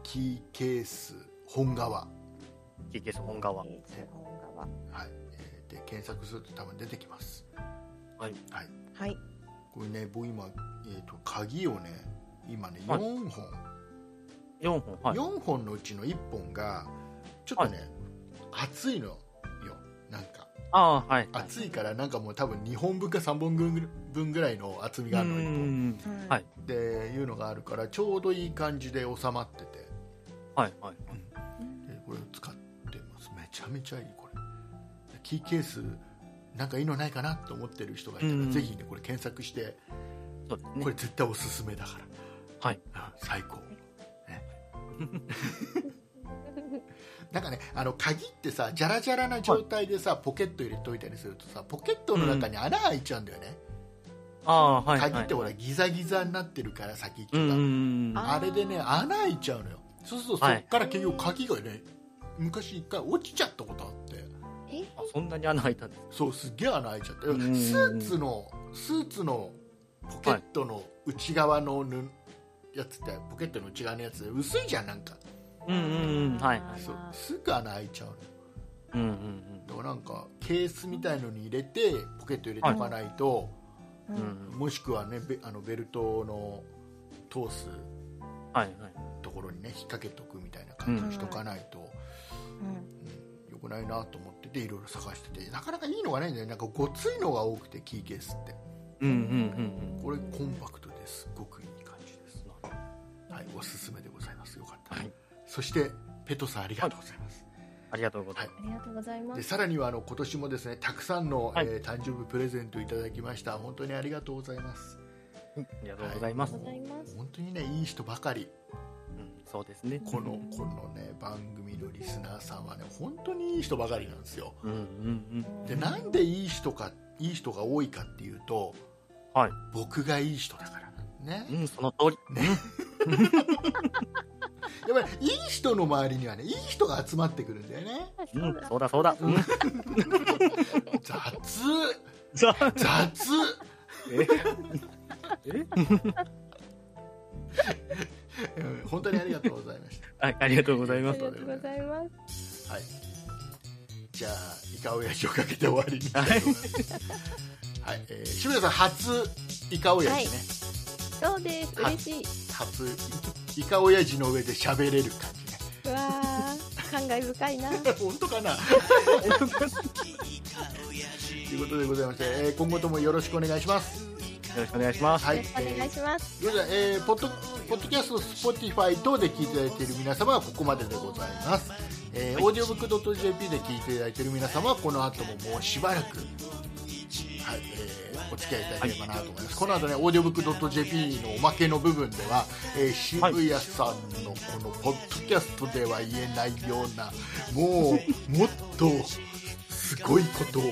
[SPEAKER 2] キーケース本革
[SPEAKER 3] TKS 本側
[SPEAKER 1] えーと本側
[SPEAKER 2] はい、えーで検索すると多分出てきます
[SPEAKER 3] はい
[SPEAKER 1] はい
[SPEAKER 2] これね僕今、えー、と鍵をね今ね
[SPEAKER 3] はい
[SPEAKER 2] 4本、
[SPEAKER 3] 4本はい
[SPEAKER 2] 4本のうちの1本がちょっとね、熱いのよなんか
[SPEAKER 3] ああーはいはい
[SPEAKER 2] 熱いからなんかもう多分2本分か3本分分ぐらいの厚みがあるの
[SPEAKER 3] う
[SPEAKER 2] 1本
[SPEAKER 3] ん
[SPEAKER 1] は
[SPEAKER 3] はいい
[SPEAKER 2] っていうのがあるからちょうどいい感じで収まってて
[SPEAKER 3] はいはい
[SPEAKER 2] でこれを使ってますめちゃめちゃいいこれキーケースなんかいいのないかなと思ってる人がいたら、
[SPEAKER 3] うん
[SPEAKER 2] ぜひねこれ検索して
[SPEAKER 3] そうですね
[SPEAKER 2] これ絶対おすすめだから
[SPEAKER 3] はい
[SPEAKER 2] うん最高ね なんかねあの鍵ってさじゃらじゃらな状態でさ、ポケット入れといたりするとさポケットの中に穴開いちゃうんだよね、
[SPEAKER 3] ああはいはい
[SPEAKER 2] 鍵ってほらギザギザになってるから先行き
[SPEAKER 3] う
[SPEAKER 2] が、
[SPEAKER 3] んうんうん
[SPEAKER 1] あ
[SPEAKER 2] あれでね穴開いちゃうのよそうするとそ
[SPEAKER 3] はい
[SPEAKER 2] っから結局鍵がね昔一回落ちちゃったことあって
[SPEAKER 1] え
[SPEAKER 3] あそんなに穴開いたんです
[SPEAKER 2] そうすっげえ穴開いちゃってス
[SPEAKER 3] うん
[SPEAKER 2] ーツのスーツのポケットの内側のぬ、やつってポケットの内側のやつ薄いじゃんなんか
[SPEAKER 3] うんうんうんはいはい
[SPEAKER 2] そうすぐ穴開いちゃうの
[SPEAKER 3] うんうんうん
[SPEAKER 2] だからなんかケースみたいのに入れてポケット入れておかないと、
[SPEAKER 1] う
[SPEAKER 3] うんん
[SPEAKER 2] もしくはねベあのベルトの通す
[SPEAKER 3] はいはい
[SPEAKER 2] ところにね引っ掛けとくみたいな感じにしとかないと、
[SPEAKER 1] うん
[SPEAKER 2] うん、よくないなと思ってていろいろ探しててなかなかいいのがないんだよねなんかごついのが多くてキーケースって
[SPEAKER 3] うんうんうん
[SPEAKER 2] これコンパクトですごくいい感じですはいおすすめでございますよかったら、
[SPEAKER 3] はい
[SPEAKER 2] そしてペトさんありがとうございます、
[SPEAKER 3] ありがとうございま
[SPEAKER 1] ありがとうございま
[SPEAKER 2] ですさらにはあの今年もですねたくさんの、
[SPEAKER 3] はい
[SPEAKER 2] えー誕生日プレゼントいただきました本当にありがとうございます
[SPEAKER 3] す、ありがとうございます、
[SPEAKER 1] ありがとうございます
[SPEAKER 2] 本当にねいい人ばかり
[SPEAKER 3] うん、そうですね
[SPEAKER 2] このこのね番組のリスナーさんはね本当にいい人ばかりなんですよ
[SPEAKER 3] うんうんうん
[SPEAKER 2] でなんでいい人かいい人が多いかっていうと
[SPEAKER 3] はい
[SPEAKER 2] 僕がいい人だからね
[SPEAKER 3] うんその通り
[SPEAKER 2] ねやっぱりいい人の周りにはねいい人が集まってくるんだよね
[SPEAKER 1] あそううんだ
[SPEAKER 3] そうだそうだうん
[SPEAKER 2] 雑
[SPEAKER 3] さあ
[SPEAKER 2] 雑
[SPEAKER 3] ええ
[SPEAKER 2] うん本当にありがとうございまし
[SPEAKER 3] はい、ありがとうござい
[SPEAKER 1] あ
[SPEAKER 3] ます
[SPEAKER 1] り。がとうございます。
[SPEAKER 2] た。はい。じゃあ、イカオヤジをかけて終わりにしたいと思います。はい、えー、渋谷さん、初イカオヤジね。
[SPEAKER 1] そうです。
[SPEAKER 2] はい
[SPEAKER 1] 嬉しい。
[SPEAKER 2] 初イカオヤジの上で喋れる感じね。
[SPEAKER 1] うわあ、感慨深いな。
[SPEAKER 2] 本当かなということでございまして、えー今後ともよろしくお願いします。
[SPEAKER 3] よろしくお願いします。
[SPEAKER 2] はい、
[SPEAKER 1] よろしくお願いします。
[SPEAKER 2] えーよっしゃえーポッドポッドキャスト、Spotify 等で聞いていただいている皆様はここまででございます。えー、オーディオブックドット JP で聞いていただいている皆様はこの後ももうしばらく、はいえーお付き合いいただければなと思います。この後ね、オーディオブックドット JP のおまけの部分では、えー渋谷さんのこのポッドキャストでは言えないような、もう、もっと、すごいことをい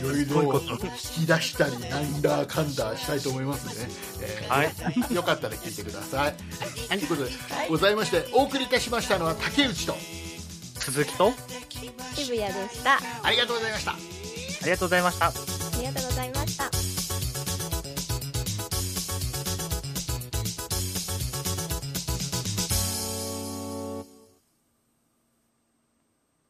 [SPEAKER 2] ろいろ引き出したりなんだかんだしたいと思いますね、えーよかったら聞いてください、ということでございましてお送りいたしましたのは竹内と
[SPEAKER 3] 鈴木と、
[SPEAKER 1] 渋谷でした。あ
[SPEAKER 2] ありがとうございました
[SPEAKER 3] ありがとうございました。
[SPEAKER 1] りがとうございます。